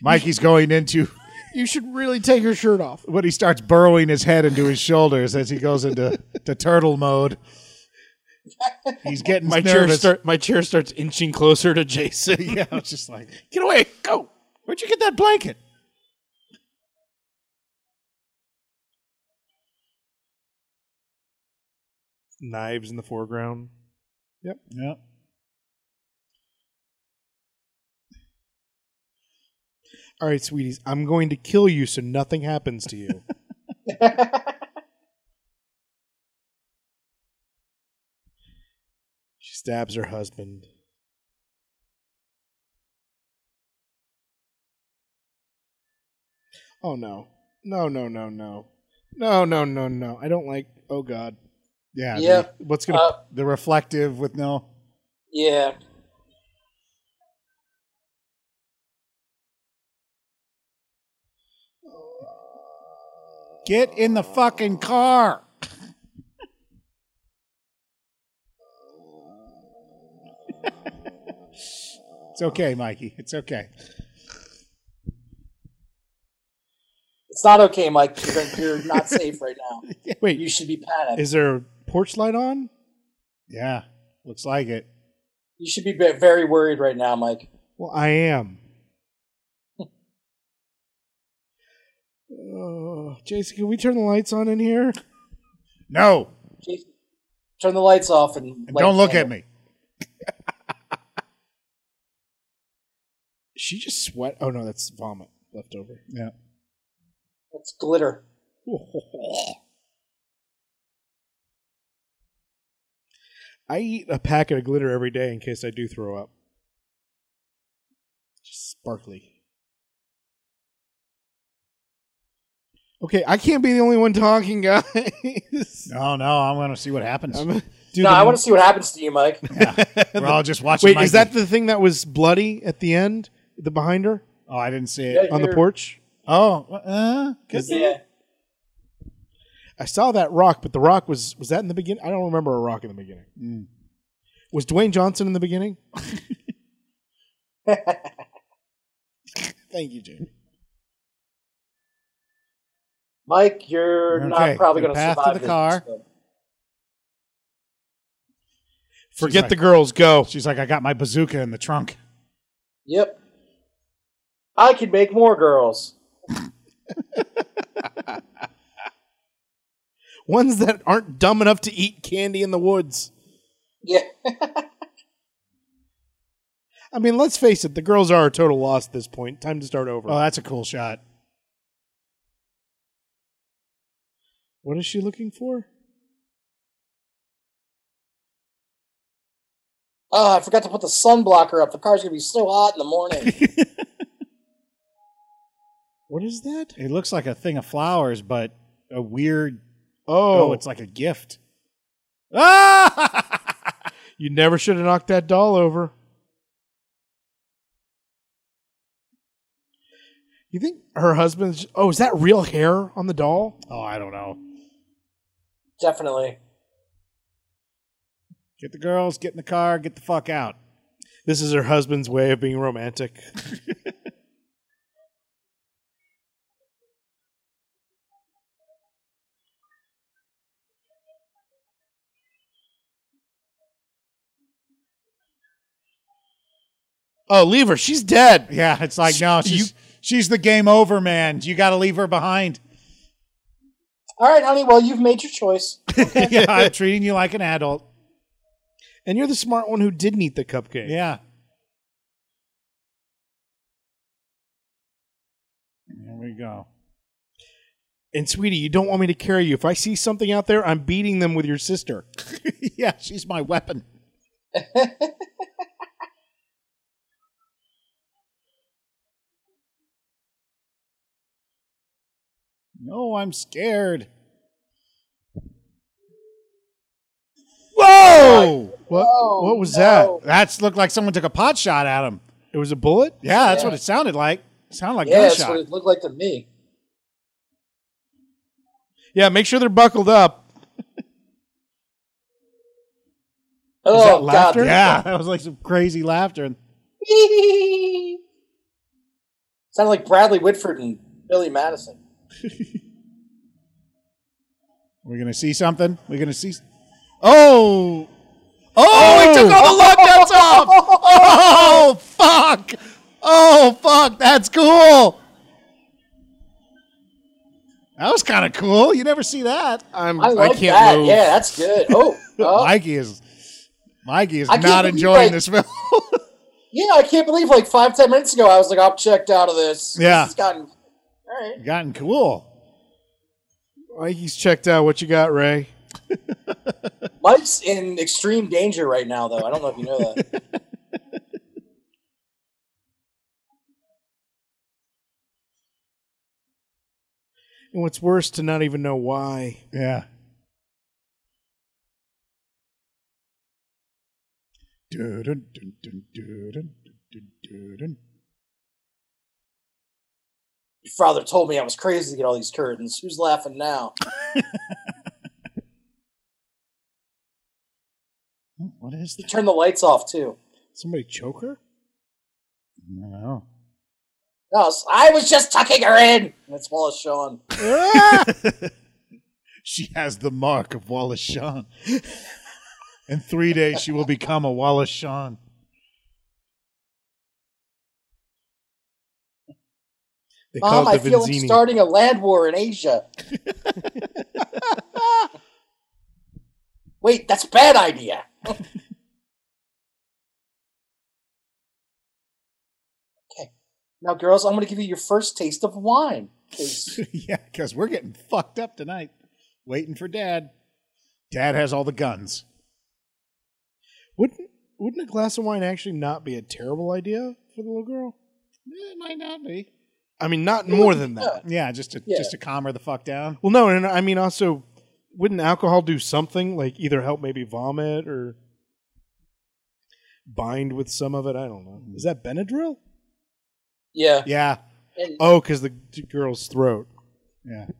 A: Mikey's going into
C: You should really take your shirt off.
A: when he starts burrowing his head into his shoulders as he goes into to turtle mode. He's getting
C: My chair,
A: nervous.
C: start, my chair starts inching closer to Jason.
A: yeah, I was just like,
C: Get away. Go.
A: where'd you get that blanket?
C: Knives in the foreground.
A: Yeah.
C: All right, sweeties. I'm going to kill you so nothing happens to you. she stabs her husband. Oh no. No, no, no, no. No, no, no, no. I don't like oh god.
A: Yeah. the-
B: Yeah.
C: What's gonna
B: Uh,
A: The, reflective with no.
B: yeah.
A: Get in the fucking car. it's okay, Mikey. It's okay.
B: It's not okay, Mike. You're, you're not safe right now.
C: wait,
B: You should be panicked.
C: is there a porch light on?
A: Yeah. Looks like it.
B: You should be ve- very worried right now, Mike.
C: Well, I am. Oh, Jason, can we turn the lights on in here?
A: No.
B: Jason, turn the lights off and,
A: And don't look at me.
C: She just sweat. Oh no, that's vomit left over.
A: Yeah.
B: It's glitter.
C: I eat a packet of glitter every day in case I do throw up. Just sparkly. Okay, I can't be the only one talking, guys.
A: No, no. I want to see what happens.
C: I'm- dude,
B: No,
C: the-
B: I want to see what happens to you, Mike.
A: We're all just watching.
C: Wait,
A: Mikey.
C: is that the thing that was bloody at the end? The behind her
A: Oh, I didn't see
B: Yeah,
A: it.
C: on the
B: you're-
C: porch?
A: Oh, uh, could be.
B: Yeah.
C: I saw that rock, but the rock was was that in the beginning? I don't remember a rock in the beginning.
A: Mm.
C: Was Dwayne Johnson in the beginning? Thank you, Jim.
B: Mike, you're
A: Okay,
B: not probably
A: the
B: going to
A: path to
B: survive
A: the
B: this.
A: car.
C: Forget
A: like-
C: the girls, go.
A: She's like, I got my bazooka in the trunk.
B: Yep. I could make more girls.
C: Ones that aren't dumb enough to eat candy in the woods.
B: Yeah.
C: I mean, let's face it, the girls are a total loss at this point. Time to start over.
A: Oh, that's a cool shot.
C: what is she looking for?
B: Oh, I forgot to put the sun blocker up. The car's going to be so hot in the morning.
C: What is that?
A: It looks like a thing of flowers, but a weird.
C: Oh,
A: Oh, it's like a gift. Ah!
C: you never should have knocked that doll over. You think her husband's? Oh, is that real hair on the doll?
A: oh, I don't know.
B: Definitely.
A: Get the girls, get in the car, get the fuck out.
C: This is her husband's way of being romantic. oh, leave her. She's dead.
A: Yeah, it's like no,
C: You-
A: she's she's the game over, man. You got to leave her behind.
B: All right, honey. Well, you've made your choice.
A: yeah, I'm treating you like an adult.
C: And you're the smart one who didn't eat the cupcake.
A: Yeah. There we go.
C: And sweetie, you don't want me to carry you. If I see something out there, I'm beating them with your sister.
A: yeah, she's my weapon. no, I'm scared.
C: Whoa! What?
B: Oh,
C: what was
B: no.
C: that?
A: That's looked like someone took a pot shot at him.
C: It was a bullet.
A: Yeah, that's
B: Yeah.
A: what it sounded like. Sounded like
B: yeah, that's
A: gunshot.
B: what it looked like to me.
C: Yeah. Make sure they're buckled up.
B: Oh, God.
C: laughter?
A: yeah, that was like some crazy laughter.
B: Sounded like Bradley Whitford and Billy Madison.
A: We're gonna see something. We're gonna see. Oh, Oh, it took all the lockdowns off. Oh, fuck. Oh, fuck. That's cool. That was kind of cool. You never see that.
C: I'm,
B: I like
C: I can't
B: that.
C: move.
B: Yeah, that's good. Oh, oh.
A: Mikey is Mikey is
B: I can't
A: not
B: believe
A: enjoying
B: I-
A: this film.
B: yeah, I can't believe like five, ten minutes ago I was like, I'm checked out of this.
A: Yeah.
B: This has gotten. All right.
A: Gotten cool.
C: Mikey's checked out. What you got, Ray?
B: Mike's in extreme danger right now, though. I don't know if you know that.
C: And what's worse, to not even know why.
A: Yeah. Dun-dun, dun-dun, dun-dun, dun-dun, dun-dun.
B: Your father told me I was crazy to get all these curtains. Who's laughing now?
A: What is
B: He
A: that?
B: turned the lights off too.
C: Somebody choke her?
A: I don't know.
B: No, it's- I was just tucking her in. And it's Wallace Shawn.
A: she has the mark of Wallace Shawn. In three days, she will become a Wallace Shawn.
C: They
B: Mom,
C: call
B: Um, I
C: it the
B: feel like
C: Vinzini.
B: starting a land war in Asia. Wait, that's a bad idea. okay. Now, girls, I'm going to give you your first taste of wine. 'Cause
A: yeah, because we're getting fucked up tonight. Waiting for Dad. Dad has all the guns.
C: wouldn't wouldn't a glass of wine actually not be a terrible idea for the little girl?
A: Eh, It might not be.
C: I mean, not more than that.
A: Yeah, just to
B: Yeah.
A: just to calm her the fuck down.
C: Well, no, and I mean also, wouldn't alcohol do something like either help maybe vomit or bind with some of it? I don't know. Is that Benadryl?
B: Yeah.
A: Yeah,
B: And
C: Oh, because the t- girl's throat.
A: yeah.
B: did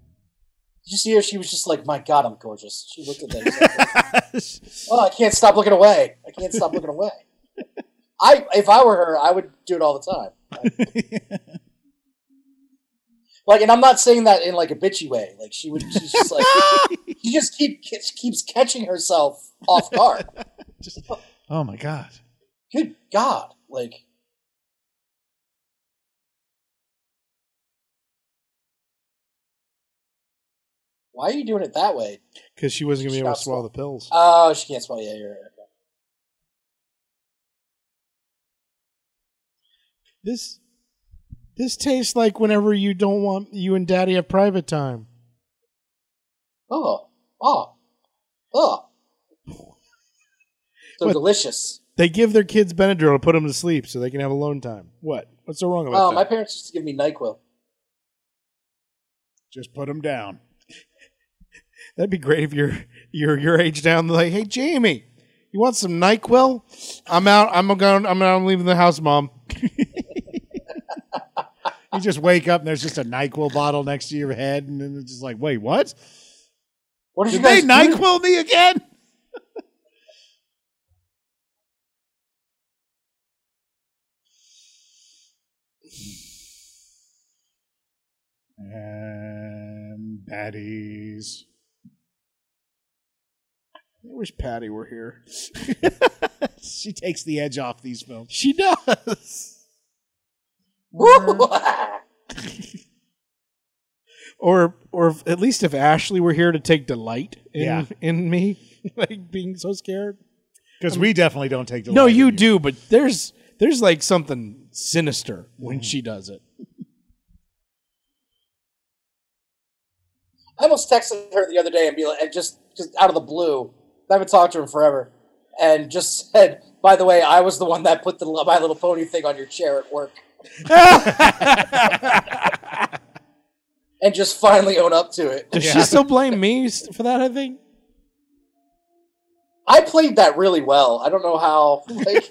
B: you see her? She was just like, my God, I'm gorgeous. She looked at that. She's like, oh, I can't stop looking away. I can't stop looking away. I, If I were her, I would do it all the time. Like, and I'm not saying that in like a bitchy way. Like she would, she's just like she just keep she keeps catching herself off guard.
A: Just- oh my god.
B: Good God! Like, why are you doing it that way?
C: Because she wasn't going to be able to
B: Shots
C: swallow the pills.
B: Oh, she can't smell. Yeah, you're right.
C: This this tastes like whenever you don't want you and Daddy have private time.
B: Oh, oh, oh. So
C: What?
B: delicious.
C: They give their kids Benadryl to put them to sleep so they can have alone time. What? What's so wrong about
B: Oh, my
C: that?
B: parents used to give me Nyquil.
A: Just put him down.
C: That'd be great if you're you're your age down. They're like, hey Jamie, you want some Nyquil? I'm out. I'm going. I'm out. I'm leaving the house, Mom.
A: You just wake up and there's just a Nyquil bottle next to your head, and then it's just like, wait, what?
B: What did,
A: Did
B: you guys
A: they
B: do?
A: Nyquil me again? and baddies.
C: I wish Patty were here.
A: she takes the edge off these films.
C: She does. Or or if, at least if Ashley were here to take delight in
A: Yeah.
C: in me, like being so scared.
A: Because we definitely don't take the
C: No, you do, but there's there's like something sinister when she does it.
B: I almost texted her the other day and be like, and just just out of the blue. I haven't talked to her in forever, and just said, "By the way, I was the one that put the My Little Pony thing on your chair at work," and just finally own up to it.
C: Does she still blame me s- for that? I think.
B: I played that really well. I don't know how. Like,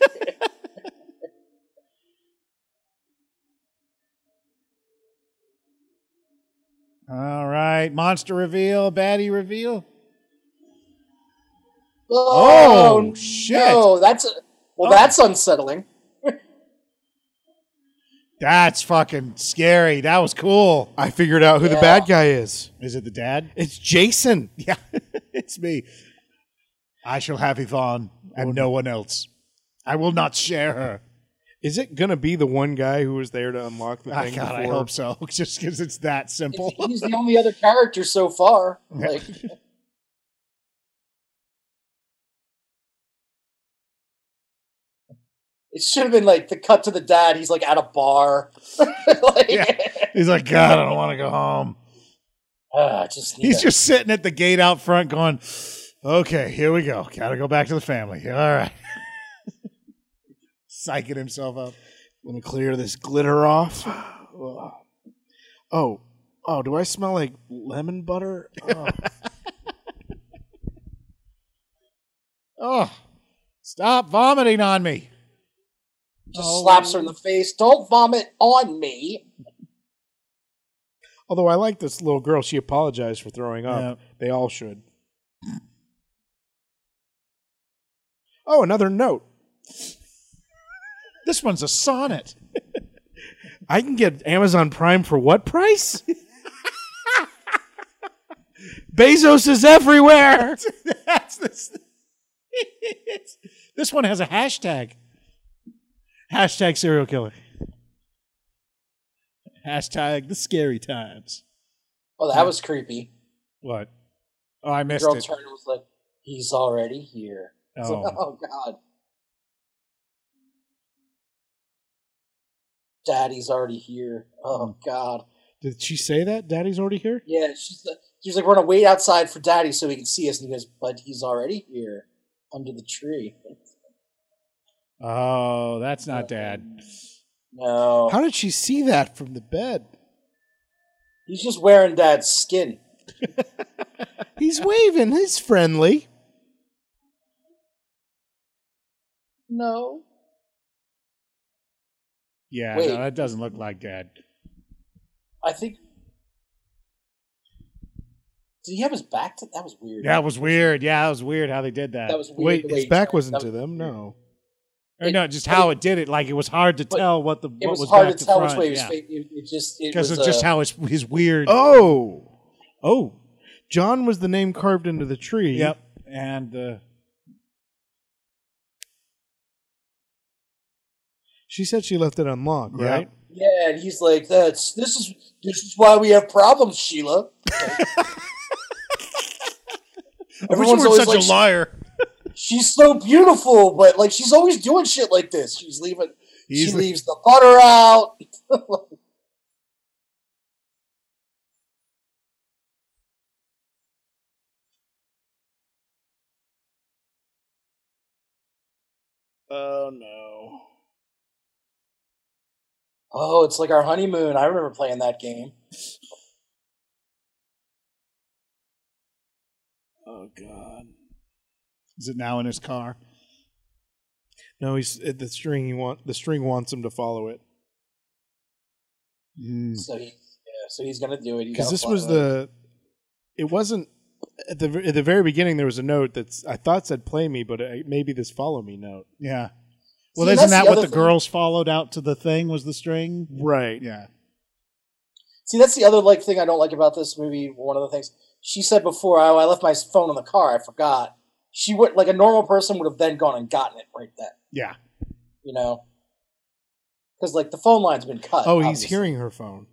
A: All right, monster reveal, baddie reveal.
B: oh,
A: shit.
B: No, that's well,
A: Oh.
B: that's unsettling.
A: That's fucking scary. That was cool.
C: I figured out who the
B: Yeah.
C: bad guy is.
A: Is it the dad?
C: It's Jason.
A: Yeah, it's me. I shall have Yvonne and no one else. I will not share her.
C: Is it gonna be the one guy who was there to unlock the
A: Ah,
C: thing?
A: God, I
C: before?
A: hope so. Just because it's that simple.
B: He's the only other character so far. Like, it should have been like the cut to the dad. He's like at a bar. like,
A: He's like, God, I don't want to go home.
B: ah, I just need
A: He's
B: a-
A: just sitting at the gate out front going, okay, here we go. Got to go back to the family. All right. Psyching himself up.
C: Let me clear this glitter off. Ugh. Oh, oh, do I smell like lemon butter? Oh.
A: Oh, stop vomiting on me.
B: just slaps her in the face. Don't vomit on me.
C: Although I like this little girl, she apologized for throwing up. They all should. Oh, another note.
A: This one's a sonnet.
C: I can get Amazon Prime for what price? Bezos is everywhere.
A: That's this. this one has a hashtag. Hashtag serial killer. Hashtag the scary times.
B: Well, Oh, that was creepy.
A: What? Oh, I missed
B: Girl
A: it.
B: turned and was like, "He's already here." It's
A: Oh.
B: like, oh God. Daddy's already here. Oh God.
C: Did she say that? Daddy's already here?
B: Yeah, she's like, she was like, we're gonna wait outside for Daddy so he can see us, and he goes, but he's already here under the tree.
A: Oh, that's not dad.
B: No,
C: How did she see that from the bed?
B: he's just wearing Dad's skin.
C: He's waving. He's friendly.
B: No,
A: Yeah,
B: Wait.
A: no, that doesn't look like dad.
B: I think. Did he have his back to? That was weird.
A: That was weird. Yeah, that was weird how they did that.
B: that was weird.
C: Wait,
B: the way
C: his
B: he
C: back
B: turned.
C: wasn't
B: That
C: to
B: was-
C: them. No.
A: or no, just how it did it. Like it was hard to
B: But
A: tell what the
B: It
A: what
B: was,
A: was
B: hard
A: back
B: to tell
A: front.
B: which way he was.
A: yeah.
B: fa- It, it just it
A: because
B: was
A: of just
B: uh,
A: how his his weird.
C: Oh. Oh. John was the name carved into the tree.
A: Yep, and uh,
C: She said she left it unlocked,
A: Yep.
C: right?
B: Yeah, and he's like, "That's this is this is why we have problems, Sheila." Everyone's always like,
A: liar.
B: she's so beautiful, but like she's always doing shit like this. She's leaving.
A: He's
B: she
A: the-
B: leaves the butter out.
C: Oh no.
B: Oh, it's like our honeymoon. I remember playing that game.
C: Oh god.
A: Is it now in his car?
C: No, he's uh, the string he want the string wants him to follow it.
A: Mm.
B: So he, yeah, so he's gonna do it. You
C: Cuz
B: gotta
C: this
B: follow
C: was
B: it.
C: the it wasn't at the at the very beginning there was a note that's I thought said play me but it, maybe this follow me note.
A: Yeah. Well,
B: See,
A: isn't that
B: that's the
A: what the
B: other thing.
A: girls followed out to the thing? Was the string?
C: Right.
A: Yeah.
B: See, that's the other like thing I don't like about this movie. One of the things she said before, "Oh, I left my phone in the car. I forgot." She would like a normal person would have then gone and gotten it right then.
A: Yeah.
B: You know. Because like the phone line's been cut.
C: Oh, he's
B: obviously.
C: hearing her phone.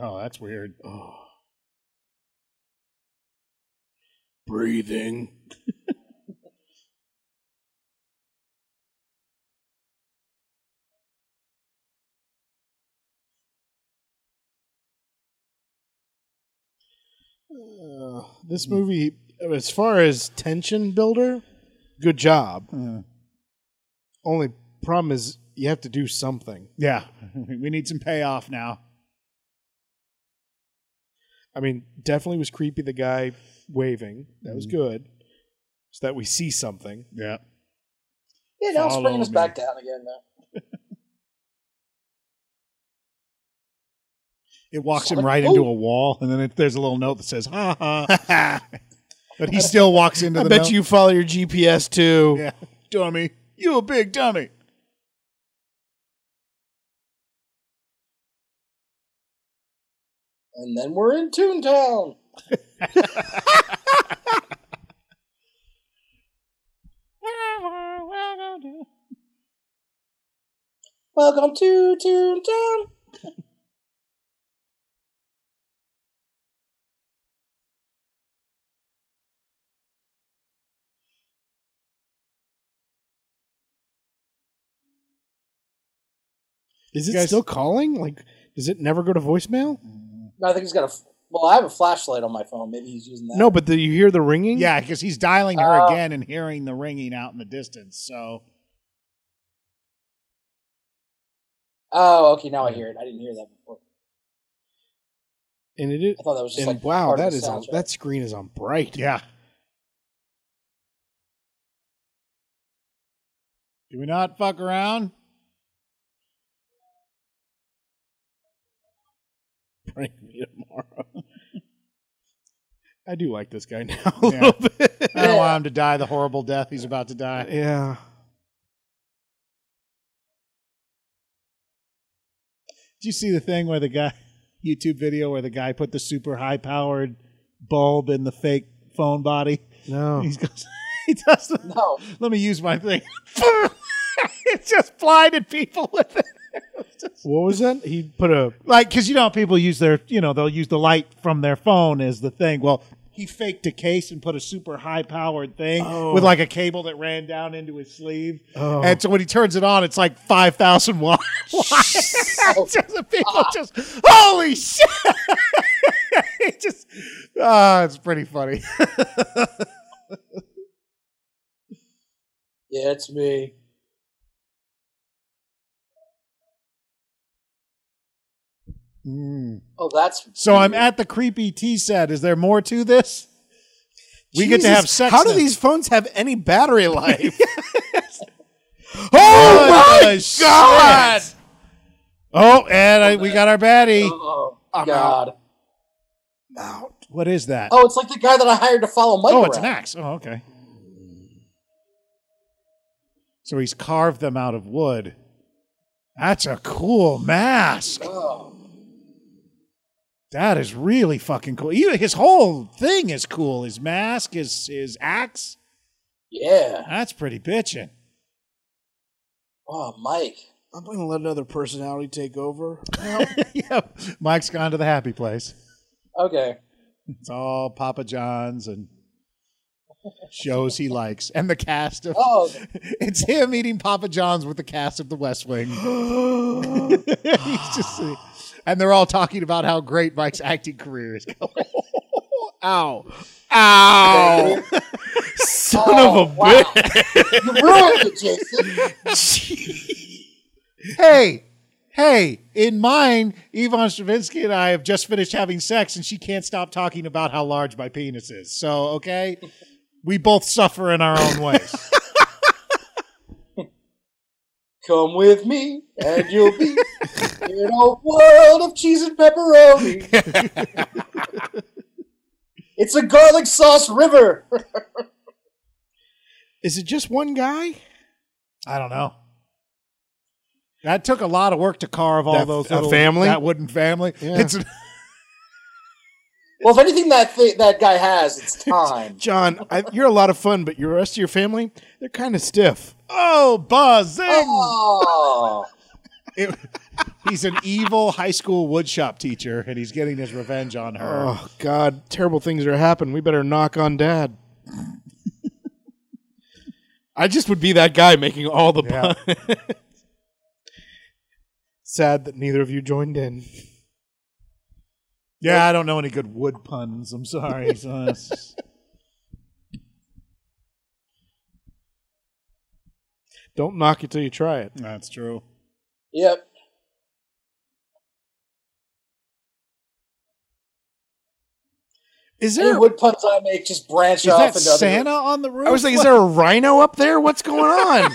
A: Oh, that's weird.
C: Oh. Breathing. Uh, this
A: Hmm.
C: movie, as far as tension builder, good job.
A: Uh,
C: Only problem is you have to do something.
A: yeah. we need some payoff now.
C: I mean, definitely was creepy. The guy waving that was
B: Mm.
A: Mhm.
C: good, so that we see something.
A: Yeah.
B: Yeah, now it's
A: Follow
B: bringing us
A: me.
B: back down again. Though.
A: It walks him
B: Sonic
A: right
B: boom.
A: into a wall, and then it, there's a little note that says "ha ha," but he still walks into
C: I
A: the.
C: bet
A: note.
C: you follow your GPS too.
A: Yeah, dummy, you a big dummy.
B: And then we're in Toontown. Welcome to Toontown.
C: Is it
A: Guys-
C: still calling? Like, does it never go to voicemail?
B: No, I think he's got a. f- Well, I have a flashlight on my phone. Maybe he's using that.
C: No, but do you hear the ringing?
A: Yeah, because he's dialing her
B: Oh.
A: again and hearing the ringing out in the distance. So
B: Oh, okay. Now I hear it. I didn't hear that before.
C: and it is.
B: I thought that was just
C: And
B: like
C: wow,
B: part
C: that
B: of the
C: is on,
B: soundtrack.
C: that screen is on bright.
A: yeah. Do we not fuck around?
C: Bring me tomorrow. I do like this guy now a
A: Yeah.
C: little bit.
A: I don't want him to die the horrible death he's about to die.
C: yeah.
A: Did you see the thing where the guy YouTube video where the guy put the super high powered bulb in the fake phone body?
C: No.
A: He goes, he does. The,
B: No.
A: Let me use my thing. it just blinded people with it.
C: What was that? He put a
A: Like, because you know, how people use their, you know, they'll use the light from their phone as the thing. Well, he faked a case and put a super high powered thing
C: Oh.
A: with like a cable that ran down into his sleeve.
C: Oh.
A: And so when he turns it on, it's like 5,000 watts. just, the people
C: Ah.
A: just, holy shit. it just, ah, it's pretty funny.
B: Yeah, it's me.
C: Hmm.
B: Oh, that's.
A: So I'm
B: weird.
A: at the creepy tea set. Is there more to this? We get to
C: Jesus,
A: have sex.
C: How do
A: now.
C: these phones have any battery life? oh
A: What
C: my
A: the
C: god!
A: shit? Oh, and I, we got our baddie.
B: Oh,
C: I'm
B: God.
C: Out.
A: What is that?
B: Oh, it's like the guy that I hired to follow Mike.
A: Oh, it's an
B: around.
A: axe. Oh, okay. So he's carved them out of wood. That's a cool mask.
B: Oh.
A: That is really fucking cool. You, his whole thing is cool. His mask, his his axe.
B: Yeah.
A: That's pretty bitchin'.
B: Oh, Mike.
C: I'm going to let another personality take over.
A: yep. Mike's gone to the happy place.
B: Okay.
A: It's all Papa John's and shows he likes, and the cast of
B: Oh,
A: it's him eating Papa John's with the cast of The West Wing. He's just, and they're all talking about how great Mike's acting career is going.
C: Ow. Ow. Son of a
B: Oh, wow.
C: bitch.
B: you ruined it, Jason.
A: hey, hey! In mine, Yvonne Stravinsky and I have just finished having sex, and she can't stop talking about how large my penis is. So okay, we both suffer in our own ways.
B: Come with me, and you'll be in a world of cheese and pepperoni. it's a garlic sauce river.
C: Is it just one guy?
A: I don't know. That took a lot of work to carve all
C: That-
A: those
C: a
A: little,
C: family?
A: that wooden family.
C: Yeah.
A: It's
B: well, if anything that thi- that guy has, it's time.
C: John, I, you're a lot of fun, but your rest of your family, they're kind of stiff.
A: oh buzzing.
B: Oh,
A: It- he's an evil high school woodshop teacher, and he's getting his revenge on her.
C: Oh, God. Terrible things are happening. We better knock on dad. I just would be that guy making all the
A: Yeah.
C: puns. Sad that neither of you joined in.
A: Yeah, I don't know any good wood puns. I'm sorry. So that's-
C: Don't knock it till you try it.
A: that's true.
B: yep.
C: Is
B: Any
C: there?
B: wood puns I make just branch
A: Is
B: off
A: that
B: into other-
A: Santa on the roof?
C: I was like, is there a rhino up there? What's going on?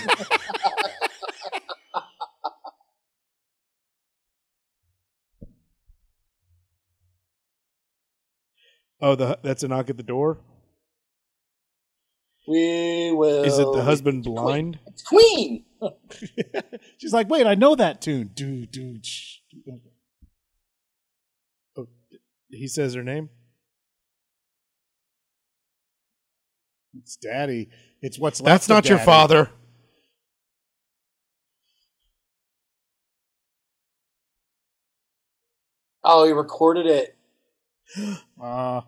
C: oh, the that's a knock at the door.
B: We will.
C: Is it the husband blind?
B: It's Queen.
A: she's like, wait, I know that tune. Do do. sh-
C: He says her name.
A: It's daddy. It's what's left.
C: That's
A: of
C: not your
A: daddy.
C: father.
B: Oh, he recorded it.
A: Uh,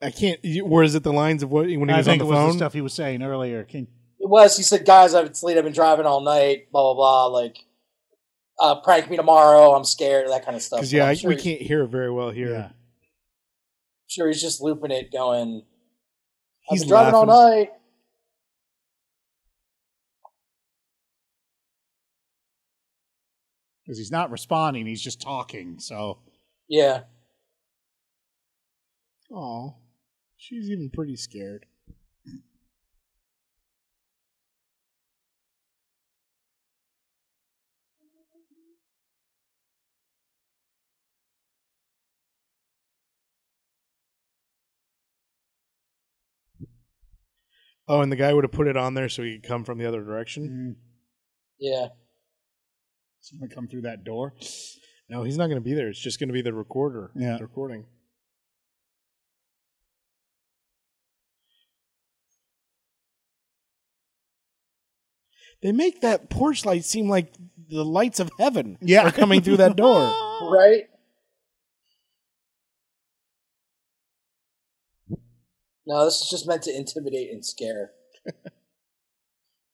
C: I can't. you- Where is it? The lines of what when he
A: I
C: was on
A: think
C: the
A: it was
C: phone.
A: the stuff he was saying earlier. Can,
B: It was. He said, "Guys, I've it's late. I've been driving all night. Blah blah blah. Like, uh, prank me tomorrow. I'm scared. That kind of stuff."
C: Because yeah,
B: I'm
C: I-
B: sure
C: we
B: he's-
C: can't hear it very well here.
A: yeah.
B: Sure, he's just looping it, going. I've
C: He's
B: been driving
C: laughing.
B: all night.
A: Because he's not responding. He's just talking. So
B: Yeah.
C: Aw, she's even pretty scared. Oh, and the guy would have put it on there so he could come from the other direction.
A: mm,
B: Yeah.
A: it's going to come through that door.
C: No, he's not going to be there. It's just going to be the recorder.
A: Yeah.
C: the recording. They make that porch light seem like the lights of heaven
A: Yeah.
C: are coming through that door.
B: Right. No, this is just meant to intimidate and scare.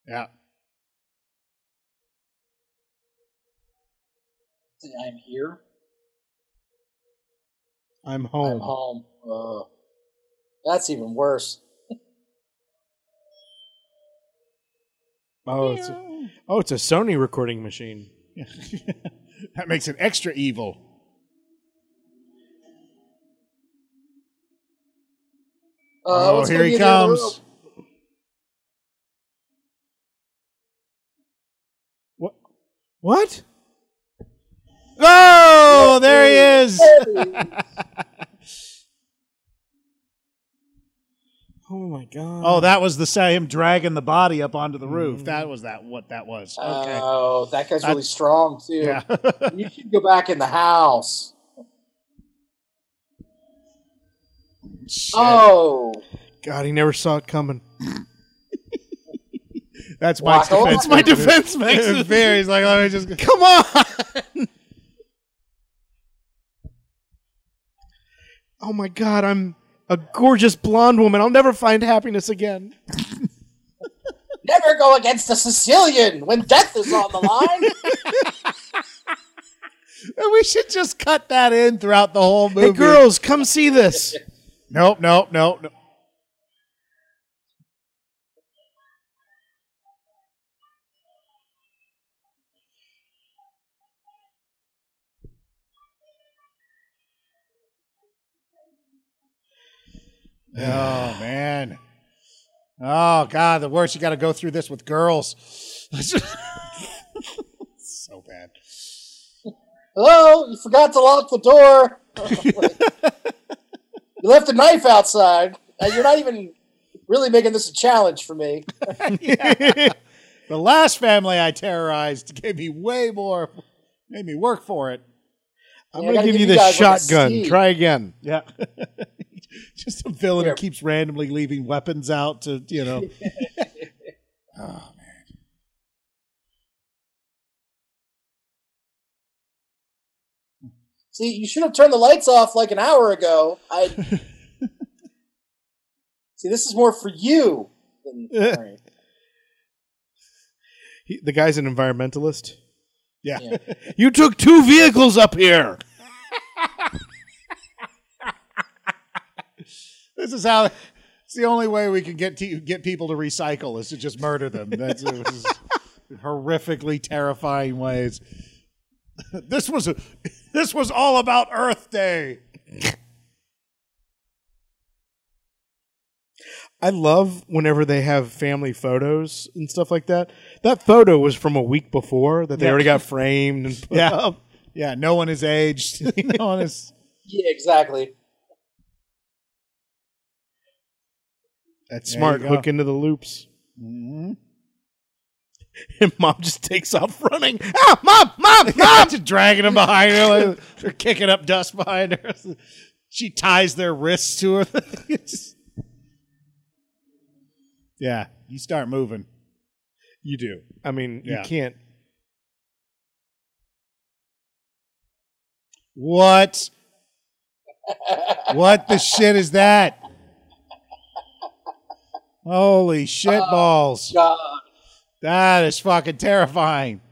A: Yeah.
B: I'm here.
C: I'm home.
B: I'm home. Ugh. That's even worse.
C: Oh, it's a, oh, it's a Sony recording machine.
A: that makes it extra evil.
B: Uh,
A: oh,
B: what's
A: here
B: gonna
A: he
B: be in the other room?
A: comes.
C: What? Oh, there he is. Oh my god.
A: Oh, that was the sa- him dragging the body up onto the roof. That was that what that was. Okay.
B: Oh, that guy's really
A: That's-
B: strong too.
A: yeah.
B: You should go back in the house.
A: Shit.
B: Oh,
C: god, he never saw it coming.
A: that's Mike's
B: Wacko.
A: defense.
B: That's my
C: defense
A: mechanism. Fear. He's like, let me just.
C: Come on. oh my god, I'm a gorgeous blonde woman. I'll never find happiness again.
B: never go against the Sicilian when death is on the line.
A: We should just cut that in throughout the whole movie.
C: Hey girls, come see this.
A: Nope. Nope. Nope. nope. Oh man. Oh god, the worst you got to go through this with girls. so bad.
B: Hello, you forgot to lock the door. you left a knife outside. Uh, You're not even really making this a challenge for me.
A: The last family I terrorized gave me way more made me work for it.
C: I'm
B: Yeah, I
C: gonna
B: gotta
C: give,
B: give
C: you
B: you
C: the
B: guys like a
C: shotgun.
B: C.
C: Try again.
A: Yeah. Just a villain
B: Here.
A: who keeps randomly leaving weapons out to, you know. oh, man.
B: See, you should have turned the lights off like an hour ago. I see. This is more for you. Than, sorry.
C: He, the guy's an environmentalist.
A: Yeah.
B: Yeah.
C: You took two vehicles up here.
A: This is how it's the only way we can get to, get people to recycle is to just murder them. That's it was horrifically terrifying ways. This was a, this was all about Earth Day.
C: I love whenever they have family photos and stuff like that. That photo was from a week before that they
A: Yeah.
C: already got framed and put
A: Yeah.
C: up.
A: Yeah, no one is aged. no one is
B: yeah, exactly.
C: That's
A: There
C: smart.
A: you go.
C: Hook into the loops.
A: Mhm.
C: And mom just takes off running. Ah, mom, mom, mom.
A: just dragging them behind her. Like, they're kicking up dust behind her. she ties their wrists to her. yeah, you start moving.
C: You do. I mean,
A: Yeah.
C: you can't.
A: What? what the shit is that? Holy shit balls.
B: God.
A: That is fucking terrifying.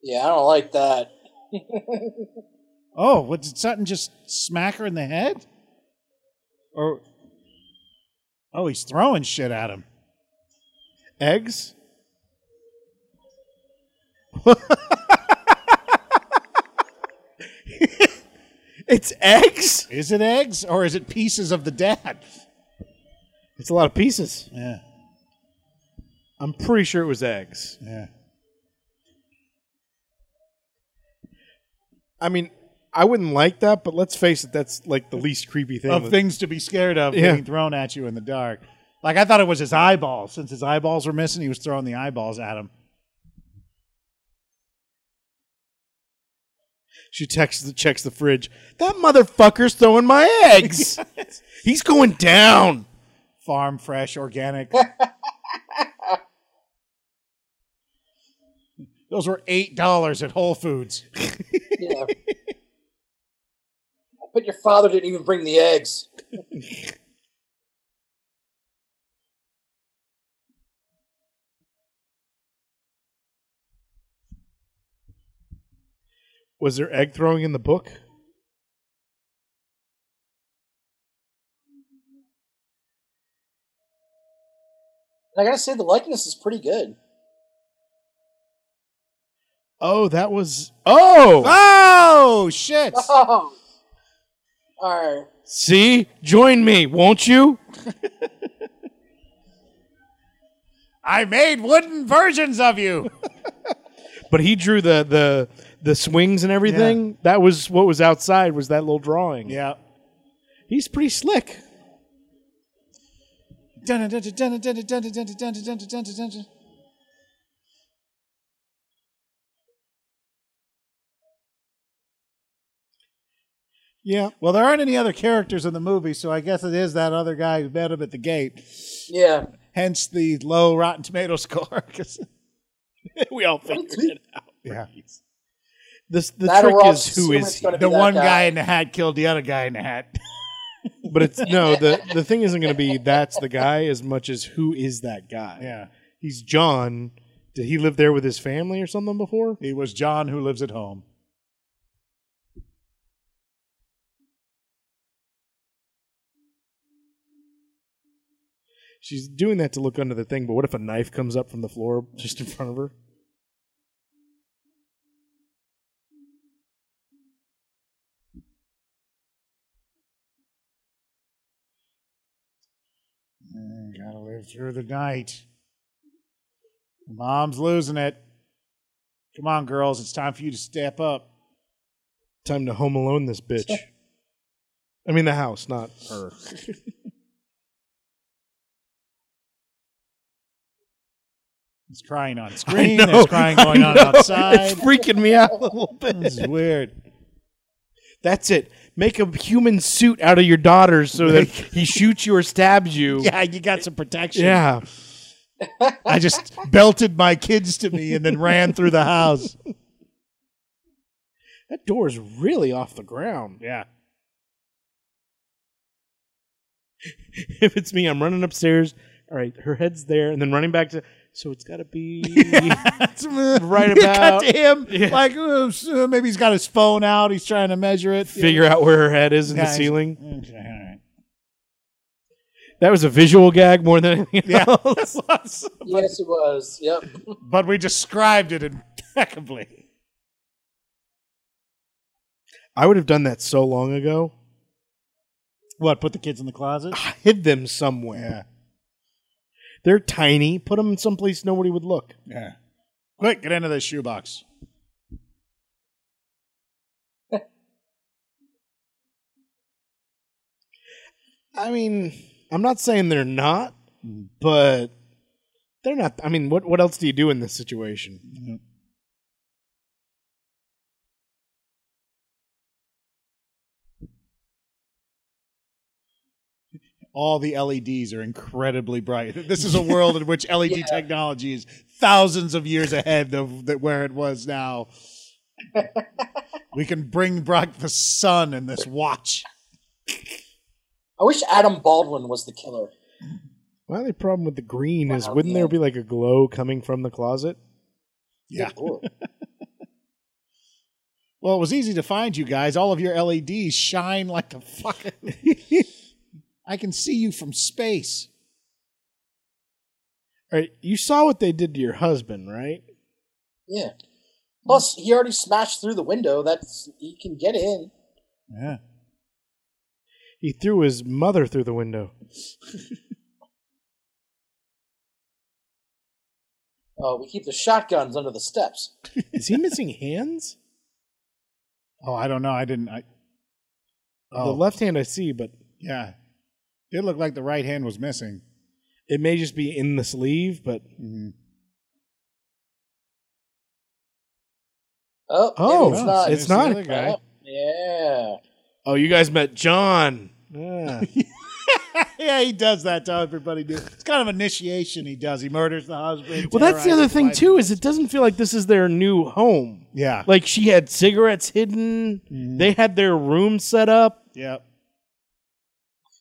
B: Yeah, I don't like that.
A: Oh, what did Sutton just smack her in the head? Or Oh, he's throwing shit at him.
C: Eggs? it's eggs?
A: Is it eggs or is it pieces of the dad?
C: It's a lot of pieces.
A: Yeah,
C: I'm pretty sure it was eggs.
A: yeah.
C: I mean, I wouldn't like that, but let's face it, that's like the least creepy thing.
A: Of
C: that-
A: things to be scared of
C: Yeah.
A: being thrown at you in the dark. Like I thought it was his eyeballs. Since his eyeballs were missing, he was throwing the eyeballs at him.
C: She texts the, checks the fridge. That motherfucker's throwing my eggs. He's going down.
A: Farm fresh, organic. Those were eight dollars at Whole Foods.
B: Yeah. I bet your father didn't even bring the eggs.
C: Was there egg throwing in the book?
B: And I gotta say, the likeness is pretty good.
C: Oh, that was. Oh!
A: Oh shit!
B: Oh. All right.
C: See? Join me, won't you?
A: I made wooden versions of you.
C: But he drew the the the swings and everything. That was what was outside was that little drawing.
A: yeah.
C: He's pretty slick. Yeah.
A: Well, there aren't any other characters in the movie, so I guess it is that other guy who met him at the gate.
B: Yeah.
A: Hence the low Rotten Tomato score. 'cause-
C: we all figured it out.
A: yeah.
C: This the
B: That or we're
C: trick
B: all
C: is who
B: assuming
C: is
B: it's
C: he?
B: gonna be
A: The
B: that
A: one guy in the hat killed the other guy in the hat.
C: But it's no, the the thing isn't going to be that's the guy as much as who is that guy.
A: Yeah.
C: He's John. Did he live there with his family or something before?
A: He was John who lives at home.
C: She's doing that to look under the thing, but what if a knife comes up from the floor just in front of her?
A: Mm, Gotta live through the night. Mom's losing it. Come on, girls, it's time for you to step up.
C: Time to home alone this bitch. I mean the house, not her.
A: There's crying on
C: I
A: screen.
C: know,
A: There's crying
C: I
A: going on
C: know,
A: outside.
C: It's freaking me out a little
A: This
C: bit.
A: is weird.
C: That's it. Make a human suit out of your daughter so that he shoots you or stabs you.
A: Yeah, you got some protection.
C: Yeah.
A: I just belted my kids to me and then ran through the house.
C: That door is really off the ground.
A: Yeah.
C: If it's me, I'm running upstairs. All right, her head's there, and then running back to. So it's got to be.
A: right
C: about-
A: cut to him.
C: Yeah.
A: Like uh, so maybe he's got his phone out. He's trying to measure it.
C: Figure out where her head is in the
A: Yeah, he's-
C: ceiling.
A: Okay, all right.
C: That was a visual gag more than anything
A: Yeah,
C: else.
A: it was.
B: Yes, it was. Yep.
A: but we described it impeccably.
C: I would have done that so long ago.
A: What? Put the kids in the closet?
C: Hid them somewhere. They're tiny. Put them in someplace nobody would look.
A: yeah. Quick, get into this shoebox.
C: I mean, I'm not saying they're not, but they're not. I mean, what what else do you do in this situation?
A: all the LEDs are incredibly bright. This is a world in which LED technology is thousands of years ahead of the, where it was now. we can bring back the sun in this watch.
B: I wish Adam Baldwin was the killer.
C: My only problem with the green is
B: Wow,
C: wouldn't
B: yeah.
C: there be like a glow coming from the closet?
A: Yeah.
B: Good lord.
A: Well, it was easy to find you guys. All of your LEDs shine like the fucking. I can see you from space.
C: All right, you saw what they did to your husband, right?
B: Yeah. Plus, he already smashed through the window. That's he can get in.
A: Yeah.
C: He threw his mother through the window.
B: Oh, we keep the shotguns under the steps.
C: Is he missing hands?
A: Oh, I don't know. I didn't. I,
C: The
A: oh,
C: left hand I see, but
A: yeah. Did look like the right hand was missing.
C: it may just be in the sleeve. But
A: Mhm.
B: Oh, maybe
C: oh,
B: it's not.
A: It's
C: it's
A: the
C: not.
A: other guy.
B: Oh, yeah.
C: Oh, you guys met John. Yeah.
A: yeah, he does that to everybody. Dude. It's kind of initiation he does. He murders the husband.
C: well, that's the
A: terrorizes
C: other
A: his
C: thing
A: wife.
C: too. Is it doesn't feel like this is their new home.
A: Yeah. Mm-hmm.
C: Like she had cigarettes hidden. They had their room set up.
A: yeah.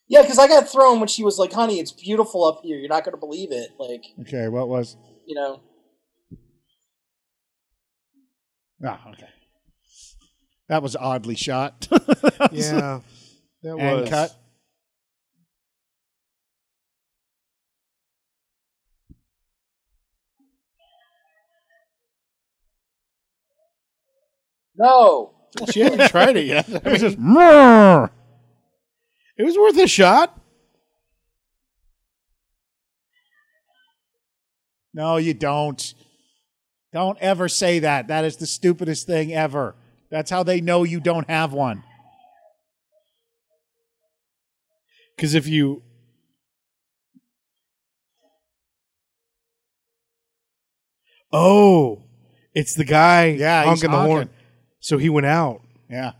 B: Yeah, because I got thrown when she was like, "Honey, it's beautiful up here. You're not going to believe it." Like,
A: Okay. What was?
B: you know,
A: Ah, okay. That was oddly shot.
C: Yeah, that
A: and cut.
B: no.
C: She hadn't tried it yet. I mean,
A: Murr.
C: it was worth a shot.
A: No, you don't. Don't ever say that. That is the stupidest thing ever. That's how they know you don't have one.
C: Because if you Oh, it's the guy
A: Yeah, he's
C: honking the horn.
A: honking.
C: So he went out.
A: Yeah.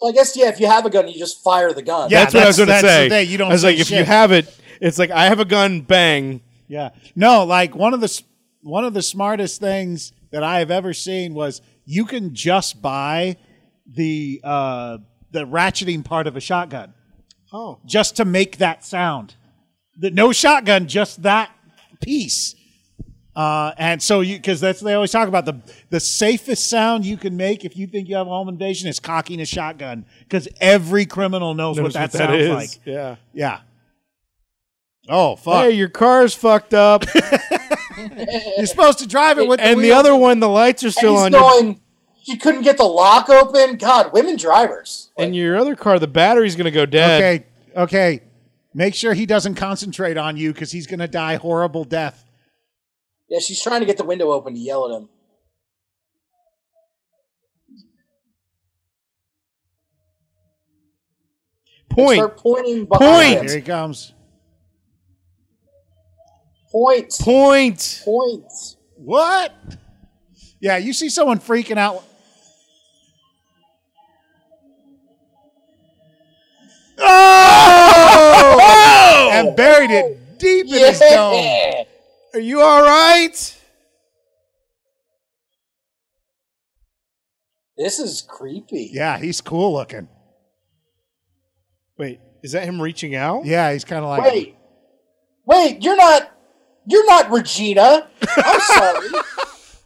B: So I guess yeah, if you have a gun, you just fire the gun.
A: Yeah.
C: that's, what I was going to
A: that's- that's
C: say.
A: the thing, you don't
C: I was
A: say
C: like, if you
A: shit.
C: have it, it's like I have a gun. Bang.
A: Yeah. No, like one of the s- one of the smartest things that I have ever seen was you can just buy the uh the ratcheting part of a shotgun
C: Oh,
A: just to make that sound. The, no shotgun, just that piece. Uh, and so you because that's they always talk about the the safest sound you can make if you think you have a home invasion is cocking a shotgun because every criminal knows, what that sounds like.
C: Yeah.
A: Yeah. Oh fuck!
C: Hey, your car's fucked up,
A: You're supposed to drive it with
C: and the
A: wheels.
C: other one, the lights are
B: and
C: still
B: he's
C: on. Your,
B: going. She couldn't get the lock open. God, women drivers.
C: and your other car, the battery's going to go dead.
A: Okay, okay. Make sure he doesn't concentrate on you because he's going to die horrible death.
B: Yeah, she's trying to get the window open to yell at him.
C: Point.
B: Start pointing behind
C: Point.
A: Here he
B: him.
A: comes.
B: Point.
C: Point.
B: Point.
A: What? Yeah, you see someone freaking out. Oh! and buried it deep in his dome.
B: Yeah.
C: Are you all right?
B: This is creepy.
A: Yeah, he's cool looking.
C: Wait, is that him reaching out?
A: Yeah, he's kind of like.
B: Wait. Wait, you're not you're not Regina. I'm sorry.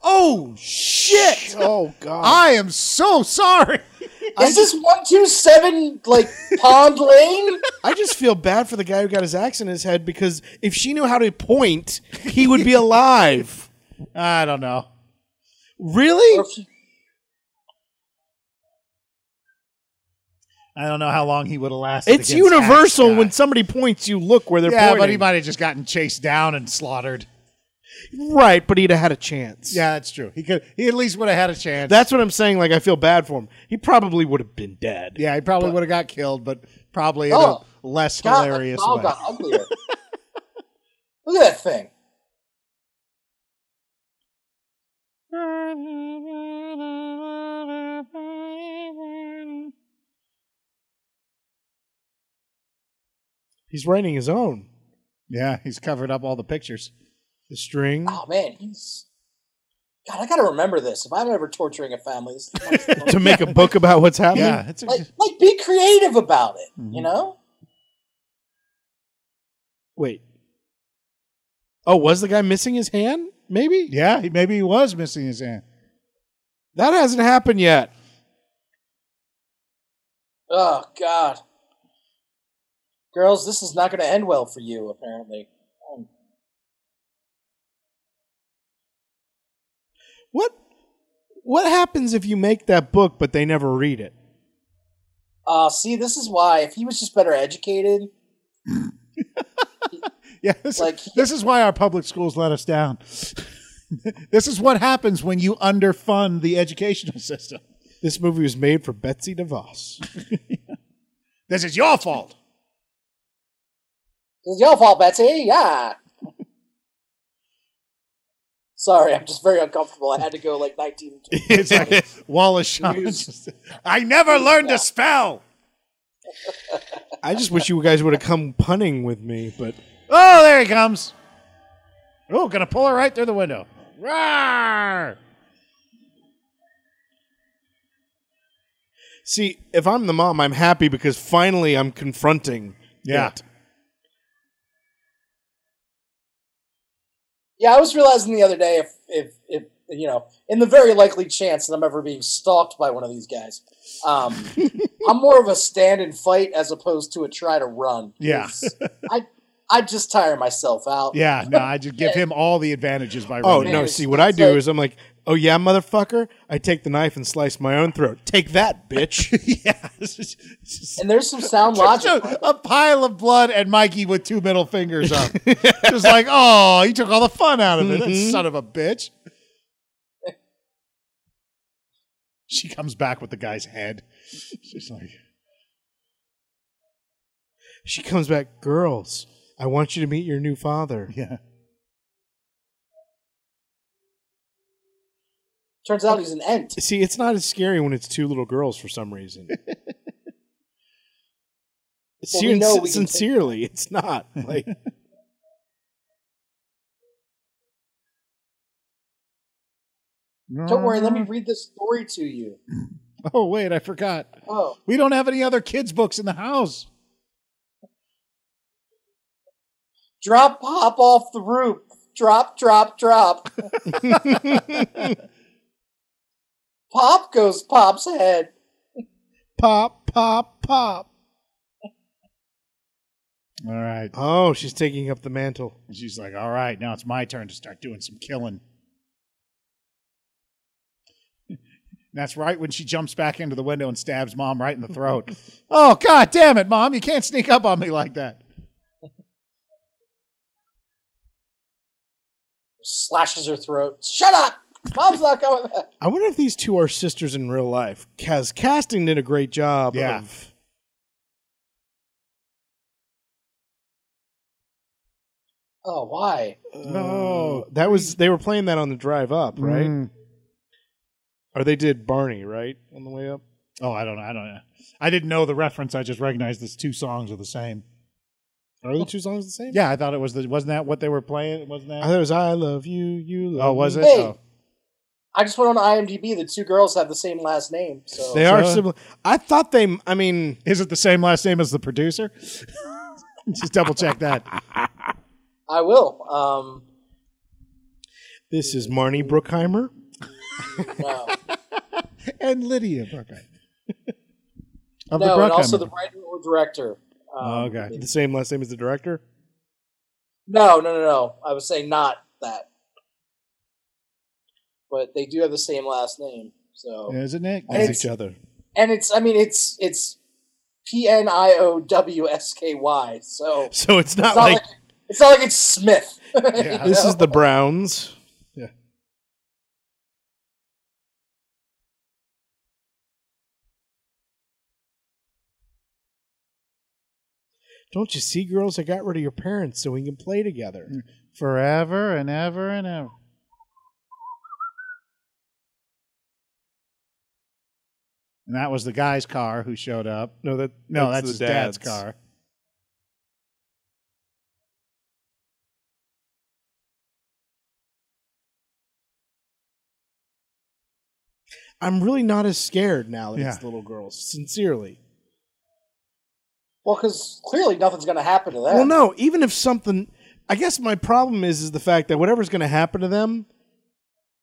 A: Oh shit!
C: Oh God.
A: I am so sorry.
B: Is this one two seven like Pond Lane?
C: I just feel bad for the guy who got his axe in his head because if she knew how to point, he would be alive.
A: I don't know.
C: Really?
A: I don't know how long he would have lasted.
C: It's
A: against Axe
C: universal
A: Guy.
C: when somebody points, you look where they're
A: yeah,
C: pointing.
A: but he might have just gotten chased down and slaughtered.
C: right, but he'd have had a chance.
A: Yeah, that's true. He could. He at least would have had a chance.
C: That's what I'm saying. Like, I feel bad for him. He probably would have been dead.
A: yeah, he probably would have got killed, but probably
B: Oh,
A: in a less
B: God,
A: hilarious
B: all
A: way.
B: got uglier. Look at that thing.
C: He's writing his own.
A: Yeah, he's covered up all the pictures.
C: The string.
B: Oh man, he's God. I gotta remember this. If I'm ever torturing a family, this is next thing.
C: to make a book about what's happening.
A: Yeah, it's a,
B: like like be creative about it. You know,
C: Wait. Oh, was the guy missing his hand? Maybe?
A: yeah. He, maybe he was missing his hand.
C: That hasn't happened yet.
B: oh God, girls, this is not going to end well for you. Apparently, Um,
C: What what happens if you make that book but they never read it?
B: uh, see, this is why if he was just better educated,
A: Yeah, this,
B: Like-
A: this is why our public schools let us down. this is what happens when you underfund the educational system.
C: This movie was made for Betsy DeVos.
A: This is your fault.
B: it's your fault, Betsy. Yeah. Sorry, I'm just very uncomfortable. I had to go like 19.
A: It's like Wallace Shawn. just- I never learned to spell.
C: I just wish you guys would have come punning with me, but
A: Oh, there he comes. Oh, gonna pull her right through the window. Roar!
C: see, if I'm the mom, I'm happy because finally I'm confronting.
A: Yeah.
C: it.
B: Yeah, I was realizing the other day if, if, if you know, in the very likely chance that I'm ever being stalked by one of these guys, um, I'm more of a stand and fight as opposed to a try to run.
A: Yeah.
B: 'Cause I I just tire myself out.
A: Yeah, no, I just give him all the advantages by
C: Oh
A: running.
C: no,
B: it's-
C: see what I
B: it's
C: do
B: like-
C: is I'm like, "Oh yeah, motherfucker, I take the knife and slice my own throat. Take that, bitch."
A: yeah. it's just- it's just-
B: And there's some sound logic.
A: a, a pile of blood and Mikey with two middle fingers up. just like, oh, he took all the fun out of it. That
B: Mm-hmm.
C: Mhm.
A: son of a bitch. She comes back with the guy's head. She's like,
C: She comes back, girls. I want you to meet your new father.
A: yeah.
B: Turns out he's an ent.
C: See, it's not as scary when it's two little girls for some reason.
B: we
C: Sin-
B: know we can take-
C: sincerely, it's not like
B: Don't worry, let
A: Mm.
B: me read this story to you.
A: Oh, wait, I forgot.
B: Oh,
A: We don't have any other kids' books in the house.
B: drop pop off the roof. Drop, drop, drop. pop goes Pop's head.
C: pop, pop, pop.
A: All right.
C: Oh, she's taking up the mantle.
A: And she's like, all right, now it's my turn to start doing some killing. And that's right when she jumps back into the window and stabs mom right in the throat. oh, god damn it, mom. You can't sneak up on me like that.
B: Slashes her throat. Shut up! Mom's not going back.
C: I wonder if these two are sisters in real life. Cause casting did a great job.
A: Yeah.
C: Of,
B: Oh, why?
A: No.
C: Uh, that was they were playing that on the drive up, right?
A: Mm.
C: Or they did Barney, right, on the way up.
A: Oh, I don't know. I don't know. I didn't know the reference. I just recognized these two songs are the same.
C: Are the two songs the same?
A: Yeah, I thought it was the wasn't that what they were playing? Wasn't
C: I
A: that
C: thought it was "I Love You, You Love."
A: Oh, was
C: me.
A: it?
B: Hey.
A: Oh.
B: I just went on IMDb. The two girls have the same last name. So
C: They are
A: So-
C: similar. I thought they. I mean,
A: Is it the same last name as the producer? just double check that.
B: I will. Um,
C: this is Marnie Bruckheimer.
B: no,
A: And Lydia Brucker. Of
B: no, and also
A: Bruckheimer.
B: the writer or director. Um,
A: Oh, okay.
C: The same last name as the director.
B: No, no, no, no. I was saying not that, but they do have the same last name. So
A: Isn't it?
B: And
C: As
B: it's-
C: each other.
B: and it's I mean it's it's P N I O W S K Y. So it's
C: So it's not,
B: not like,
C: like,
B: it's not like it's Smith.
A: Yeah.
C: this
B: know?
C: is the Browns. Don't you see, girls? I got rid of your parents so we can play together.
A: forever and ever and ever. And that was the guy's car who showed up.
C: No, that
A: No,
C: that's,
A: that's,
C: the
A: his dad's.
C: dad's
A: car.
C: I'm really not as scared now that
A: Yeah.
C: it's little girls. Sincerely.
B: Well, because clearly nothing's going to happen to them.
C: Well, no, even if something, I guess my problem is is the fact that whatever's going to happen to them,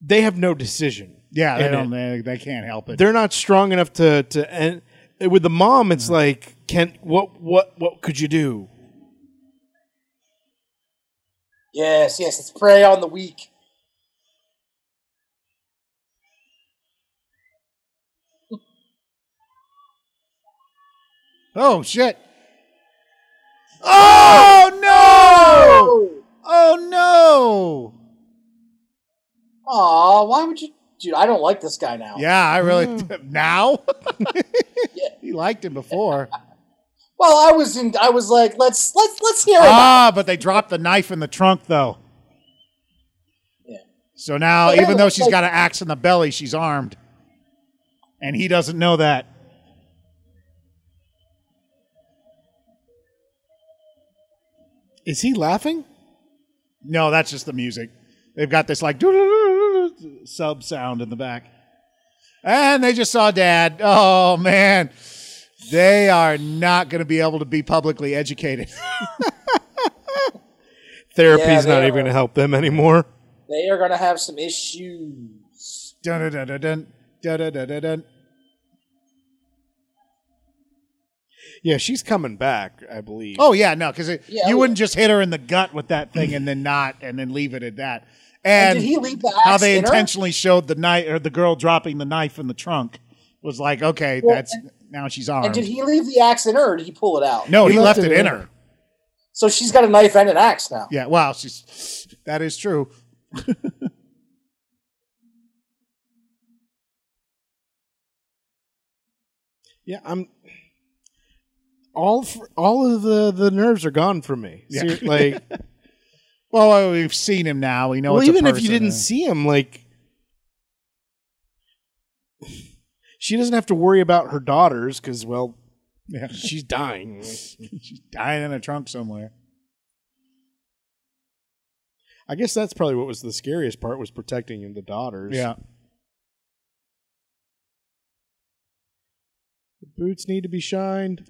C: they have no decision.
A: Yeah, they
C: in it.
A: don't. They, they can't help it.
C: They're not strong enough to to and with the mom, it's like, can what what what could you do?
B: Yes, yes, it's prey on the weak.
A: oh shit!
C: Oh no!
A: Oh no!
B: Aw, why would you? Dude, I don't like this guy now.
A: Yeah, I really now. he liked him before.
B: Well, I was in. I was like, let's let's let's hear him.
A: ah, but they dropped the knife in the trunk though.
B: Yeah.
A: So now,
B: But that
A: even though
B: looks
A: she's
B: like-
A: got an axe in the belly, she's armed, and he doesn't know that.
C: Is he laughing?
A: No, that's just the music. They've got this like doo-doo-doo-doo-doo sub sound in the back. And they just saw dad. Oh man. They are not going to be able to be publicly educated.
C: Therapy's
B: Yeah, they
C: not
B: are.
C: even going to help them anymore.
B: They are gonna have some issues.
A: dun, dun, dun, dun, dun, dun, dun, dun, dun.
C: Yeah, she's coming back, I believe.
A: Oh yeah, no, because
B: Yeah,
A: you
B: oh,
A: wouldn't just hit her in the gut with that thing and then not and then leave it at that. And,
B: And, did he leave the axe
A: how they
B: in her?
A: intentionally showed the knife or the girl dropping the knife in the trunk was like, okay,
B: Well,
A: that's now she's armed.
B: And did he leave the axe in her? or Did he pull it out?
A: no,
C: He
A: he,
C: left
A: left,
C: it
A: it in
C: in.
A: her.
B: So she's got a knife and an axe now.
A: Yeah, wow, she's that is true.
C: Yeah, I'm. All for, all of the, the nerves are gone from me.
A: Yeah.
C: Ser- like,
A: Well, we've seen him now. We know.
C: well,
A: it's a
C: even if you
A: person.
C: didn't see him, like, she doesn't have to worry about her daughters because, well,
A: Yeah.
C: she's dying.
A: she's dying in a trunk somewhere.
C: I guess that's probably what was the scariest part was protecting the daughters.
A: Yeah,
C: boots need to be shined.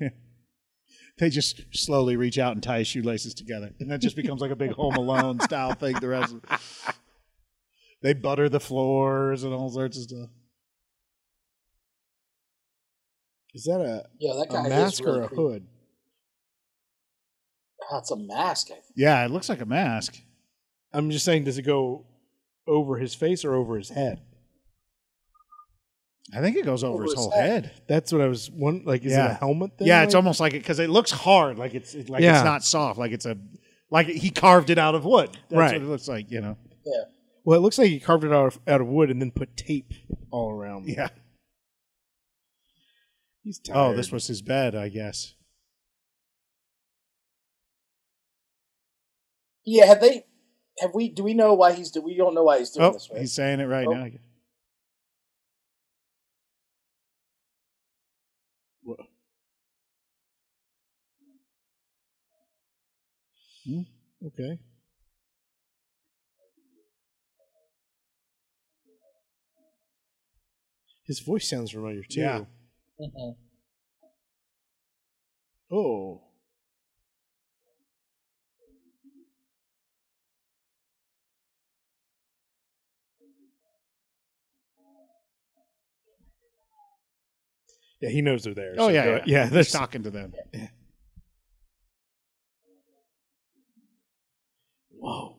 A: they just slowly reach out and tie his shoelaces together, and that just becomes like a big Home Alone style thing. The rest, of they butter the floors and all sorts of stuff.
C: Is that a,
B: Yeah, that
C: a
B: guy is
C: mask
B: really
C: or a
B: creepy.
C: hood?
B: That's a mask. I think.
A: Yeah, it looks like a mask.
C: I'm just saying, does it go over his face or over his head?
A: I think it goes over, his
B: Over
A: whole
B: his
A: head.
C: That's what I was one like. Is it
A: Yeah.
C: a helmet thing?
A: Yeah, it's
C: like-
A: almost like it because it looks hard, like it's like
C: Yeah.
A: it's not soft, like it's a like he carved it out of wood. That's
C: Right.
A: what it looks like, you know.
C: Well, it looks like he carved it out of, out of wood and then put tape all around.
A: Yeah.
C: He's tired.
A: Oh, this was his bed, I guess.
B: Yeah, have they? Have we? Do we know why he's? Do we don't know why he's doing
A: Oh,
B: this? Right?
A: he's saying it right
B: Oh.
A: now.
C: okay. His voice sounds familiar too.
A: Yeah.
B: Mhm.
C: Oh. Yeah, he knows they're there.
A: Oh
C: so
A: yeah,
C: go-
A: yeah,
C: yeah.
A: He's
C: There's
A: talking to them.
C: Whoa.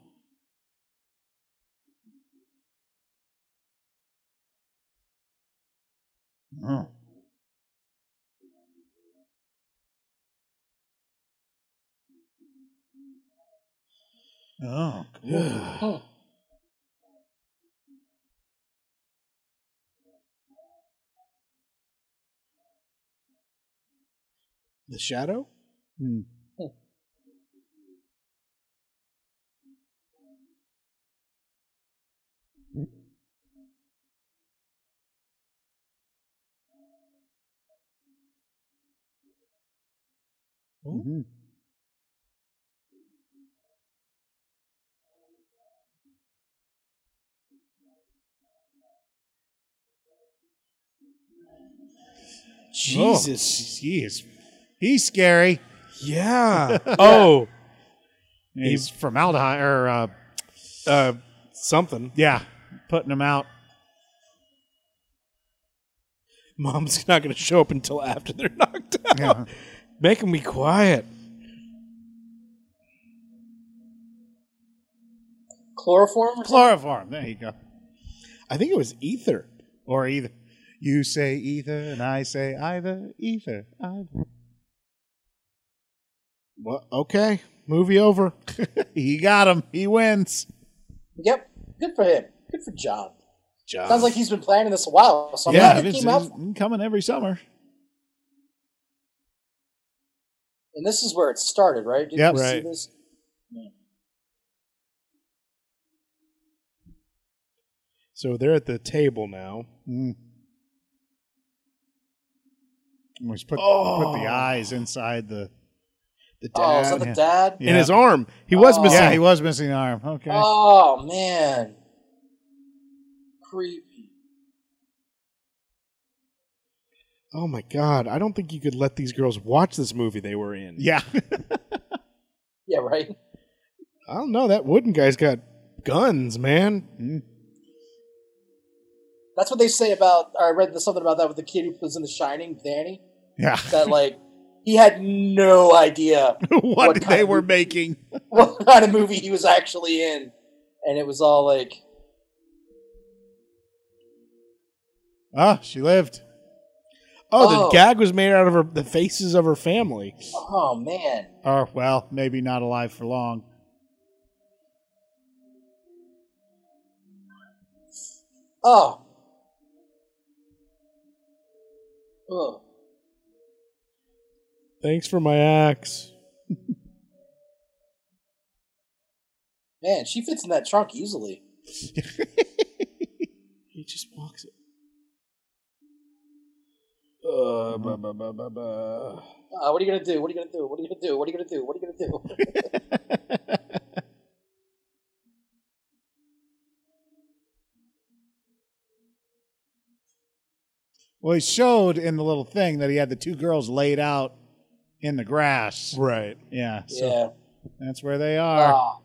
A: Oh. Oh, good.
C: The shadow?
A: Hmm. Mhm.
C: Jesus.
A: Oh, he is. He's scary.
C: Yeah. Oh,
A: He's formaldehyde or uh,
C: uh, something.
A: yeah, putting him out.
C: Mom's not going to show up until after they're knocked out.
A: Yeah.
C: Making me quiet.
B: Chloroform? or something?
A: Chloroform. There you go.
C: I think it was ether.
A: Or either. You say either, and I say either. Either. Either.
C: Well, okay. Movie over.
A: He got him. He wins.
B: Yep. Good for him. Good for John.
C: John.
B: Sounds like he's been planning this a while. So I'm
A: Uh. yeah,
B: glad it
A: it's,
B: came out.
A: it's coming every summer.
B: And this is where it started, right? Did
A: Yep.
B: you
C: Right.
B: see this?
C: so they're at the table now.
A: Mm. Let's put,
C: Oh.
A: put the eyes inside the.
C: The
B: Oh,
C: dad
B: is that the
A: Yeah.
B: dad?
A: Yeah.
C: in his arm. He was
B: Oh.
C: missing.
A: Yeah, he was missing an arm. Okay.
B: Oh man. Creepy.
C: oh my god! I don't think you could let these girls watch this movie they were in.
A: Yeah.
B: Yeah, right.
C: I don't know. That wooden guy's got guns, man.
B: That's what they say about. Or I read something about that with the kid who was in The Shining, Danny.
A: yeah.
B: That like he had no idea
A: what,
B: What
A: they
B: kind
A: were
B: of-
A: making.
B: what kind of movie he was actually in, and it was all like,
A: Ah, she lived.
C: Oh,
B: Oh.
C: the gag was made out of her, the faces of her family.
B: oh man.
A: Or, well, maybe not alive for long.
B: Oh. Ugh.
C: Thanks for my axe.
B: Man, she fits in that trunk easily.
C: He just walks it. Uh, ba, ba, ba, ba, ba.
B: Uh, what are you gonna do? What are you gonna do? What are you gonna do? What are you gonna do? What are you gonna do?
A: Well, he showed in the little thing that he had the two girls laid out in the grass.
C: Right.
A: Yeah. So
B: yeah.
A: that's where they are.
C: Oh,
B: Ah.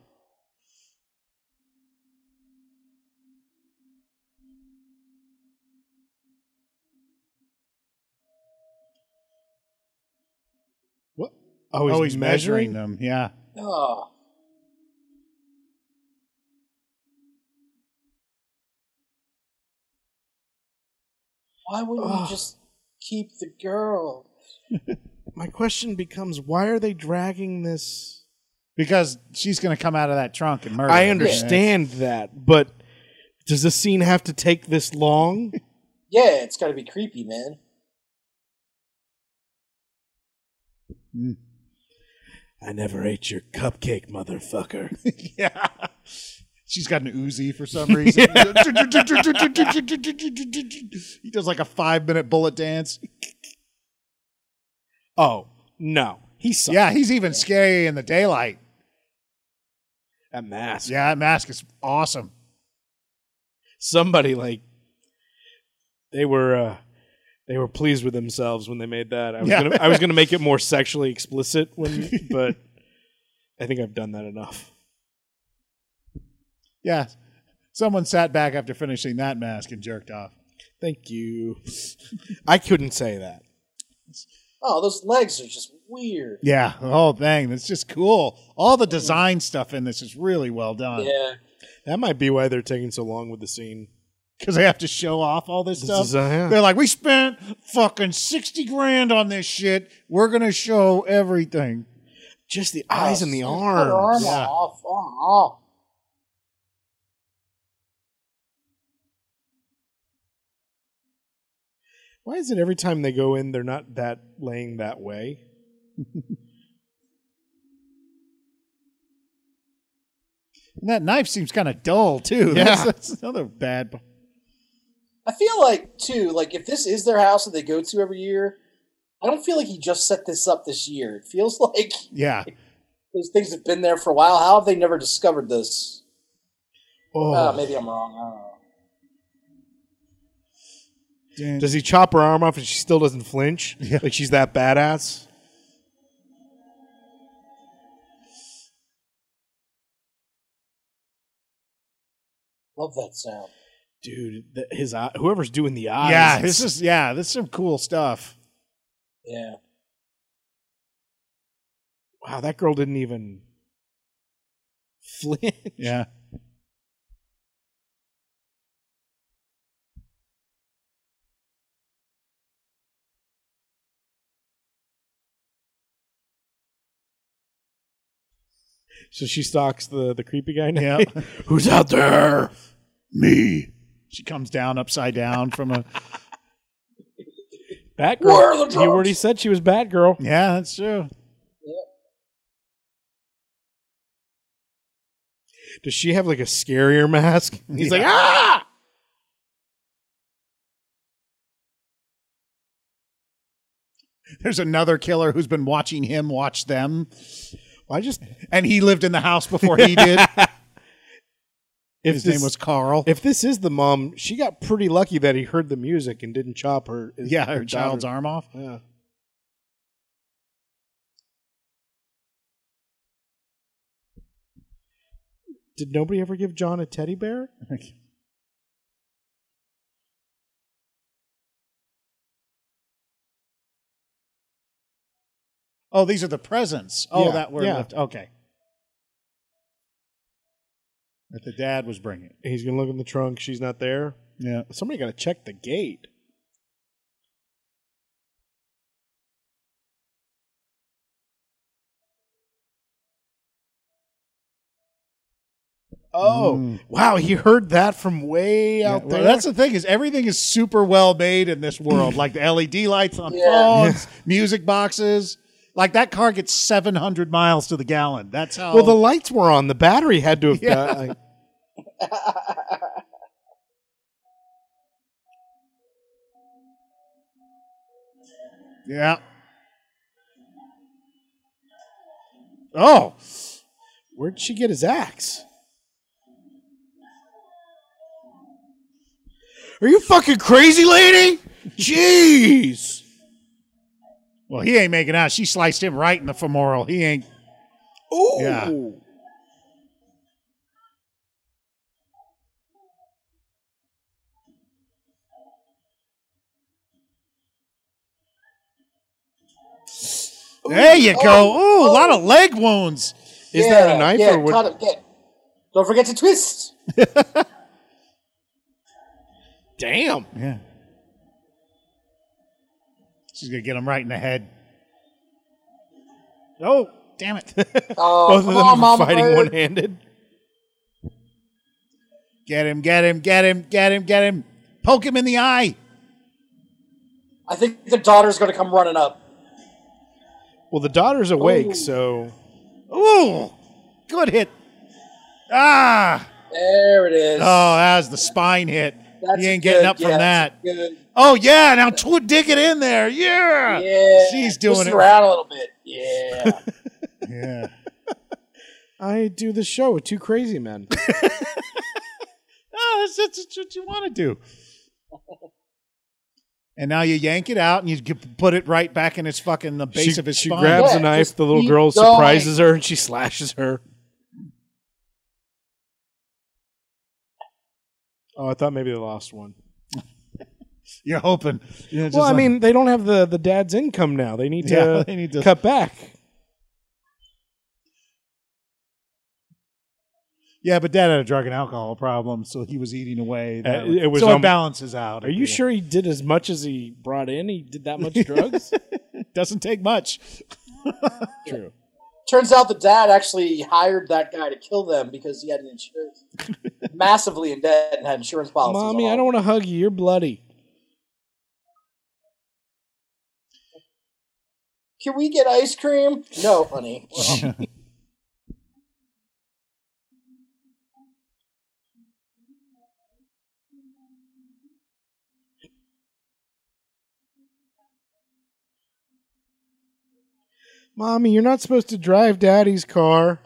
C: What? Oh, he's,
A: oh, he's measuring them. Yeah.
B: Oh. Why wouldn't you
C: Ugh.
B: just keep the girl?
C: My question becomes: Why are they dragging this?
A: Because she's going to come out of that trunk and murder.
C: I
A: him.
C: understand that, but does the scene have to take this long?
B: Yeah, it's gotta be creepy, man.
C: I never ate your cupcake, motherfucker.
A: Yeah. She's got an Uzi for some reason. he does like a five minute bullet dance.
C: oh no, he sucks.
A: Yeah, he's even scary in the daylight.
C: that mask.
A: Yeah, that mask is awesome.
C: Somebody like they were uh, they were pleased with themselves when they made that. I was
A: Yeah.
C: gonna I was gonna make it more sexually explicit when, but I think I've done that enough.
A: Yeah. Someone sat back after finishing that mask and jerked off.
C: Thank you. I couldn't say that.
B: Oh, those legs are just weird.
A: Yeah, the whole thing. That's just cool. All the design stuff in this is really well
C: Uh,
A: done
B: Yeah.
C: That might be why they're taking so long with the scene.
A: because they have to show off all this,
C: This
A: stuff.
C: is, uh, yeah.
A: They're like, we spent fucking 60 grand on this shit. We're going to show everything.
C: Just the eyes and the
B: Oh, put her arm
C: arms.
A: Yeah.
B: off, arm off.
C: Why is it every time they go in, they're not that laying that way?
A: And that knife seems kind of dull, too.
C: Yeah.
A: That's, that's another bad. p-
B: I feel like too, like if this is their house that they go to every year, I don't feel like he just set this up this year. It feels like
A: Yeah.
B: those things have been there for a while. How have they never discovered this? Ah,
C: Oh,
B: Uh, maybe I'm wrong. I don't know.
C: Does he chop her arm off and she still doesn't flinch?
A: Yeah.
C: Like she's that badass?
B: Love that sound.
C: Dude, th- his eye, whoever's doing the eyes.
A: Yeah,
C: it's-
A: this is yeah, this is some cool stuff.
B: Yeah.
C: wow, that girl didn't even flinch.
A: Yeah.
C: So she stalks the, the creepy guy now.
A: Yeah.
C: Who's out there?
A: Me. She comes down upside down from a
C: Batgirl.
B: Where are the
C: He
B: drugs?
C: already said she was Batgirl.
A: Yeah, that's true.
C: Does she have like a scarier mask? He's
A: Yeah.
C: like, ah!
A: There's another killer who's been watching him watch them.
C: Well, I just.
A: And he lived in the house before he did.
C: If
A: His
C: this,
A: name was Carl.
C: If this is the mom, she got pretty lucky that he heard the music and didn't chop her.
A: yeah, her child's arm off.
C: Yeah. Did nobody ever give John a teddy bear?
A: Oh, these are the presents. Oh,
C: Yeah,
A: that were
C: yeah.
A: left. Okay. That the dad was bringing.
C: He's gonna look in the trunk. She's not there.
A: Yeah.
C: Somebody gotta check the gate. Oh
A: Mm.
C: wow! He heard that from way out
A: Well,
C: there.
A: that's the thing is everything is super well made in this world. like the LED lights on
B: Yeah.
A: phones, music boxes. Like that car gets 700 miles to the gallon. That's how.
C: Well, the lights were on. The battery had to have.
A: Yeah.
C: died. Like,
A: yeah. Oh,
C: where'd she get his axe? Are you fucking crazy, lady? Jeez.
A: well, he ain't making out. She sliced him right in the femoral. He ain't.
C: Ooh.
A: Yeah. There you go.
B: Oh,
A: Ooh, a
B: oh.
A: lot of leg wounds.
C: Is
B: yeah,
C: that a knife
B: yeah,
C: or what?
B: cut it, yeah. Don't forget to twist.
C: Damn.
A: Yeah. She's going to get him right in the head. Oh, damn it.
B: Oh,
C: Both
B: come
C: of them
B: on,
C: are
B: Mama
C: fighting
B: Bird.
C: one-handed.
A: Get him, get him, get him, get him, get him. Poke him in the eye.
B: I think the daughter's going to come running up.
C: Well, the daughter's awake,
B: Ooh.
C: so
A: Ooh, good hit. Ah,
B: There it
A: oh,
B: is.
A: that was the spine hit.
B: That's
A: you ain't
B: good.
A: getting up
B: Yeah,
A: from
B: that's
A: that.
B: Good.
A: Oh yeah, now tw- dig it in there. Yeah,
B: Yeah.
A: Uh, she's doing
B: twist
A: it.
B: around a little bit. Yeah.
A: Yeah,
C: I do the show with two crazy men.
A: oh, that's, that's, that's what you want to do. And now you yank it out and you g- put it right back in its fucking the base
C: she
A: of his
C: she
A: spine.
C: grabs
B: Yeah,
C: a knife.
B: just
C: The little
B: keep
C: girl
B: going.
C: surprises her, and she slashes her. Oh, I thought maybe they lost one.
A: You're hoping. You know, just
C: well, I
A: like-
C: mean, they don't have the, the dad's income now. They need to,
A: Yeah, they need to-
C: cut back.
A: yeah, but dad had a drug and alcohol problem, so he was eating away. That
C: Uh,
A: would-
C: it was
A: so it
C: almo-
A: balances out.
C: Are you sure he did as much as he brought in? He did that much drugs?
A: Doesn't take much.
C: True.
B: Turns out the dad actually hired that guy to kill them because he had an insurance. Massively in debt and had insurance policies. on
C: Mommy,
B: all
C: I don't want to hug you. You're bloody.
B: Can we get ice cream? No, honey.
C: Mommy, you're not supposed to drive daddy's car.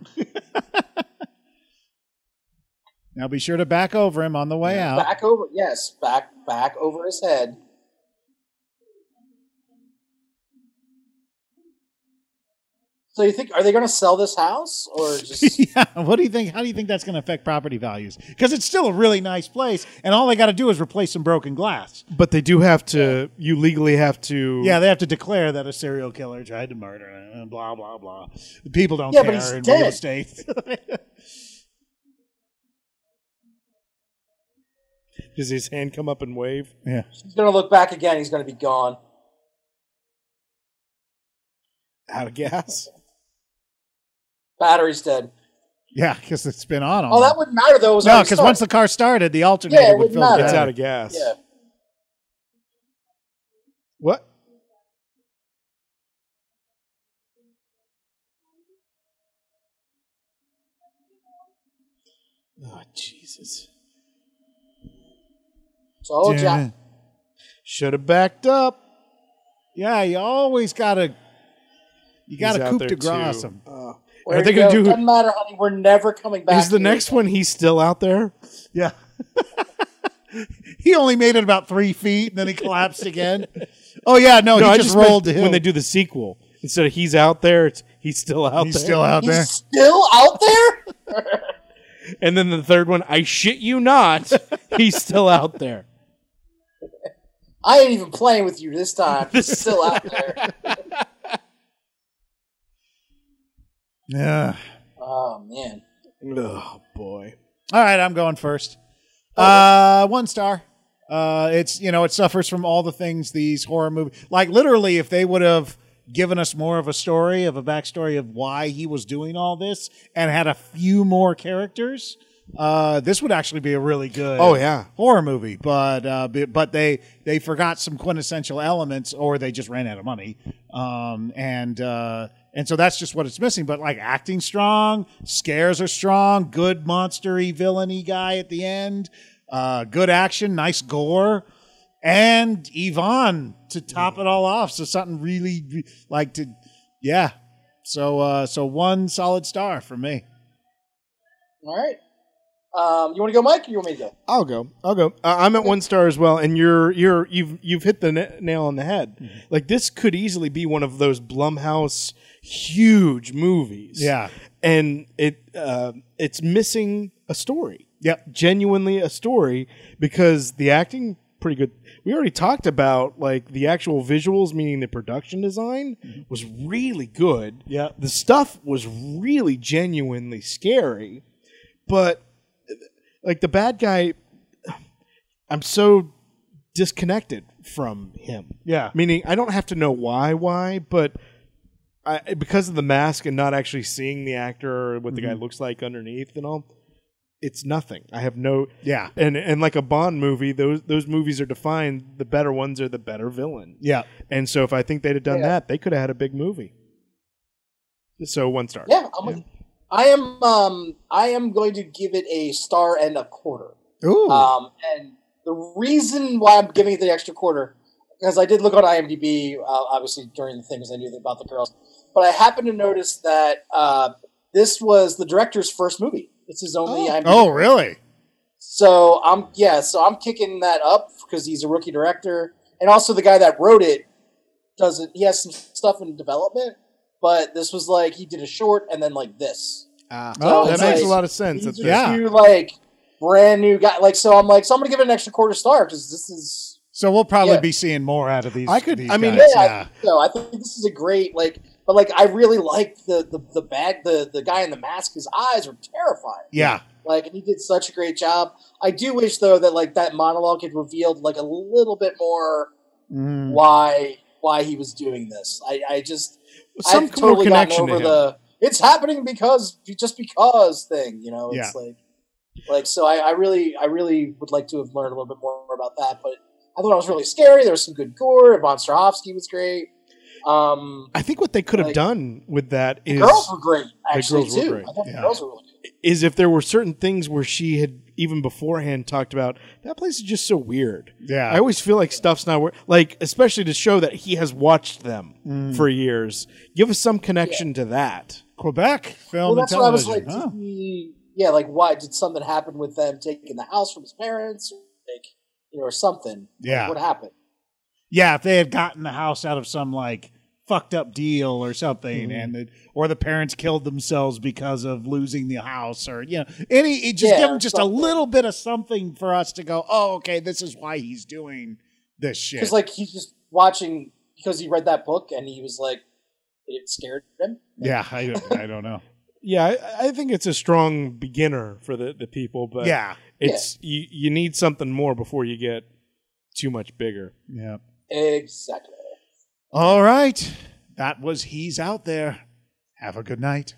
A: Now be sure to back over him on the way out.
B: back over. Yes, back back over his head. So you think are they going to sell this house or just?
A: yeah. What do you think? How do you think that's going to affect property values? Because it's still a really nice place, and all they got to do is replace some broken glass.
C: But they do have to. You legally have to.
A: Yeah, they have to declare that a serial killer tried to murder him, and blah blah blah. People don't
B: Yeah, but
A: care
B: he's
A: in
B: dead.
A: real estate.
C: Does his hand come up and wave?
A: yeah.
B: He's going to look back again. He's going to be gone.
C: Out of gas.
B: Battery's dead.
A: Yeah, because it's been on all.
B: Oh, that wouldn't matter though. It was
A: no,
B: already
A: because
B: started.
A: once the car started, the alternator
B: Yeah, it
A: would
B: wouldn't
A: fill
B: matter.
A: the
C: It's
B: Yeah.
C: out of gas.
B: yeah.
C: What? Oh Jesus!
B: So oh, Jack,
C: Should have backed up.
A: Yeah, you always gotta you
C: He's
A: gotta
C: out
A: coup
C: there,
A: de grace
C: too.
A: him.
B: where
C: Are they
B: you
C: gonna
B: go?
C: do-
B: Doesn't matter, honey. We're never coming back.
C: Is the
B: here.
C: next one he's still out there?
A: Yeah. he only made it about three feet and then he collapsed again. Oh yeah, no, he just,
C: meant
A: rolled to hill.
C: when they do the sequel. Instead of he's out there, it's he's still out
A: He's
C: there.
A: still out there.
B: He's still out there.
C: and then the third one, I shit you not, he's still out there.
B: I ain't even playing with you this time. He's still out there.
A: Yeah.
B: Oh man.
C: Oh boy.
A: All right, I'm going first. Uh, one star. Uh, it's you know it suffers from all the things these horror movies like literally if they would have given us more of a story of a backstory of why he was doing all this and had a few more characters, uh, this would actually be a really good
C: Oh, yeah.
A: horror movie. But uh, b- but they they forgot some quintessential elements or they just ran out of money. Um, and uh, and so that's just what it's missing. But like acting strong, scares are strong, good monstery villainy guy at the end, uh, good action, nice gore. And Yvonne to top it all off, so something really re- like to, yeah. So uh, so one solid star for me.
B: All right. Um, you want to go, Mike? Or you want me to go?
C: I'll go. I'll go. Uh, I'm at one star as well, and you're you're you've you've hit the na- nail on the head. Like this could easily be one of those Blumhouse huge movies.
A: Yeah.
C: and it uh, it's missing a story.
A: Yep.
C: genuinely a story because the acting pretty good. We already talked about like the actual visuals, meaning the production design was really good.
A: Mm-hmm. Yeah.
C: the stuff was really genuinely scary, but like the bad guy, I'm so disconnected from him.
A: Yeah.
C: meaning I don't have to know why, why, but. I, because of the mask and not actually seeing the actor or what the
A: Mm-hmm.
C: guy looks like underneath and all, it's nothing. I have no
A: Yeah.
C: and and like a Bond movie, those those movies are defined. The better ones are the better villain.
A: Yeah.
C: And so if I think they'd have done
B: Yeah.
C: that, they could have had a big movie. So one star.
B: Yeah, I'm. Gonna, I am. Um, I am going to give it a star and a quarter.
A: Ooh.
B: Um, and the reason why I'm giving it the extra quarter, because I did look on IMDb, uh, obviously during the things I knew about the girls, but I happened to notice that uh, this was the director's first movie. It's his only IMDb.
A: oh really?
B: So I'm yeah, so I'm kicking that up because he's a rookie director, and also the guy that wrote it doesn't. He has some stuff in development, but this was like he did a short and then like this.
C: Ah.
A: Oh,
C: that
B: it's
C: makes
B: like-
C: a lot of sense.
B: These
C: That's
A: Yeah.
B: are two like brand new guy. Like so, I'm like so I'm gonna give it an extra quarter star because this is
A: So we'll probably
B: Yeah.
A: be seeing more out of these.
C: I could-
A: these
C: I mean,
A: guys,
B: yeah,
A: yeah.
B: no. I think this is a great like, but like I really liked the the the bag the the guy in the mask. His eyes were terrifying.
A: Yeah.
B: Like, and he did such a great job. I do wish though that like that monologue had revealed like a little bit more Mm-hmm.
A: Mm.
B: why why he was doing this. I, I just
C: some
B: I've
C: cool
B: totally gotten
C: connection to
B: over
C: him.
B: the it's happening because just because thing. You know, it's
A: Yeah.
B: like like so. I, I really I really would like to have learned a little bit more about that. But I thought it was really scary. There was some good gore. Von Strahovski was great. Um,
C: I think what they could have
B: Like-
C: done with that
B: the
C: is
B: girls were great actually
C: girls were
B: too.
C: great,
B: I thought
A: yeah.
B: the girls were really good.
C: is if there were certain things where she had even beforehand talked about that place is just so weird.
A: Yeah.
C: I always feel like stuff's not weird. Like especially to show that he has watched them
B: Mm.
C: for years. Give us some connection to that.
A: Quebec
B: Well,
A: film and
B: that's what I was
A: television.
B: like.
A: huh?
B: Did he, yeah, like why did something happen with them taking the house from his parents? Or like you know, or something.
A: Yeah.
B: what happened?
A: Yeah, if they had gotten the house out of some like fucked up deal or something,
B: Mm-hmm.
A: and the, or the parents killed themselves because of losing the house, or you know, any it just
B: Yeah,
A: give
B: or
A: them just
B: something.
A: a little bit of something for us to go, oh, okay, this is why he's doing this shit.
B: Because like he's just watching because he read that book and he was like, it scared him.
A: yeah, I don't, I don't know.
C: Yeah, I, I think it's a strong beginner for the, the people, but
A: yeah,
C: it's you, you need something more before you get too much bigger.
A: yeah.
B: Exactly.
A: All right, that was he's out there. Have a good night.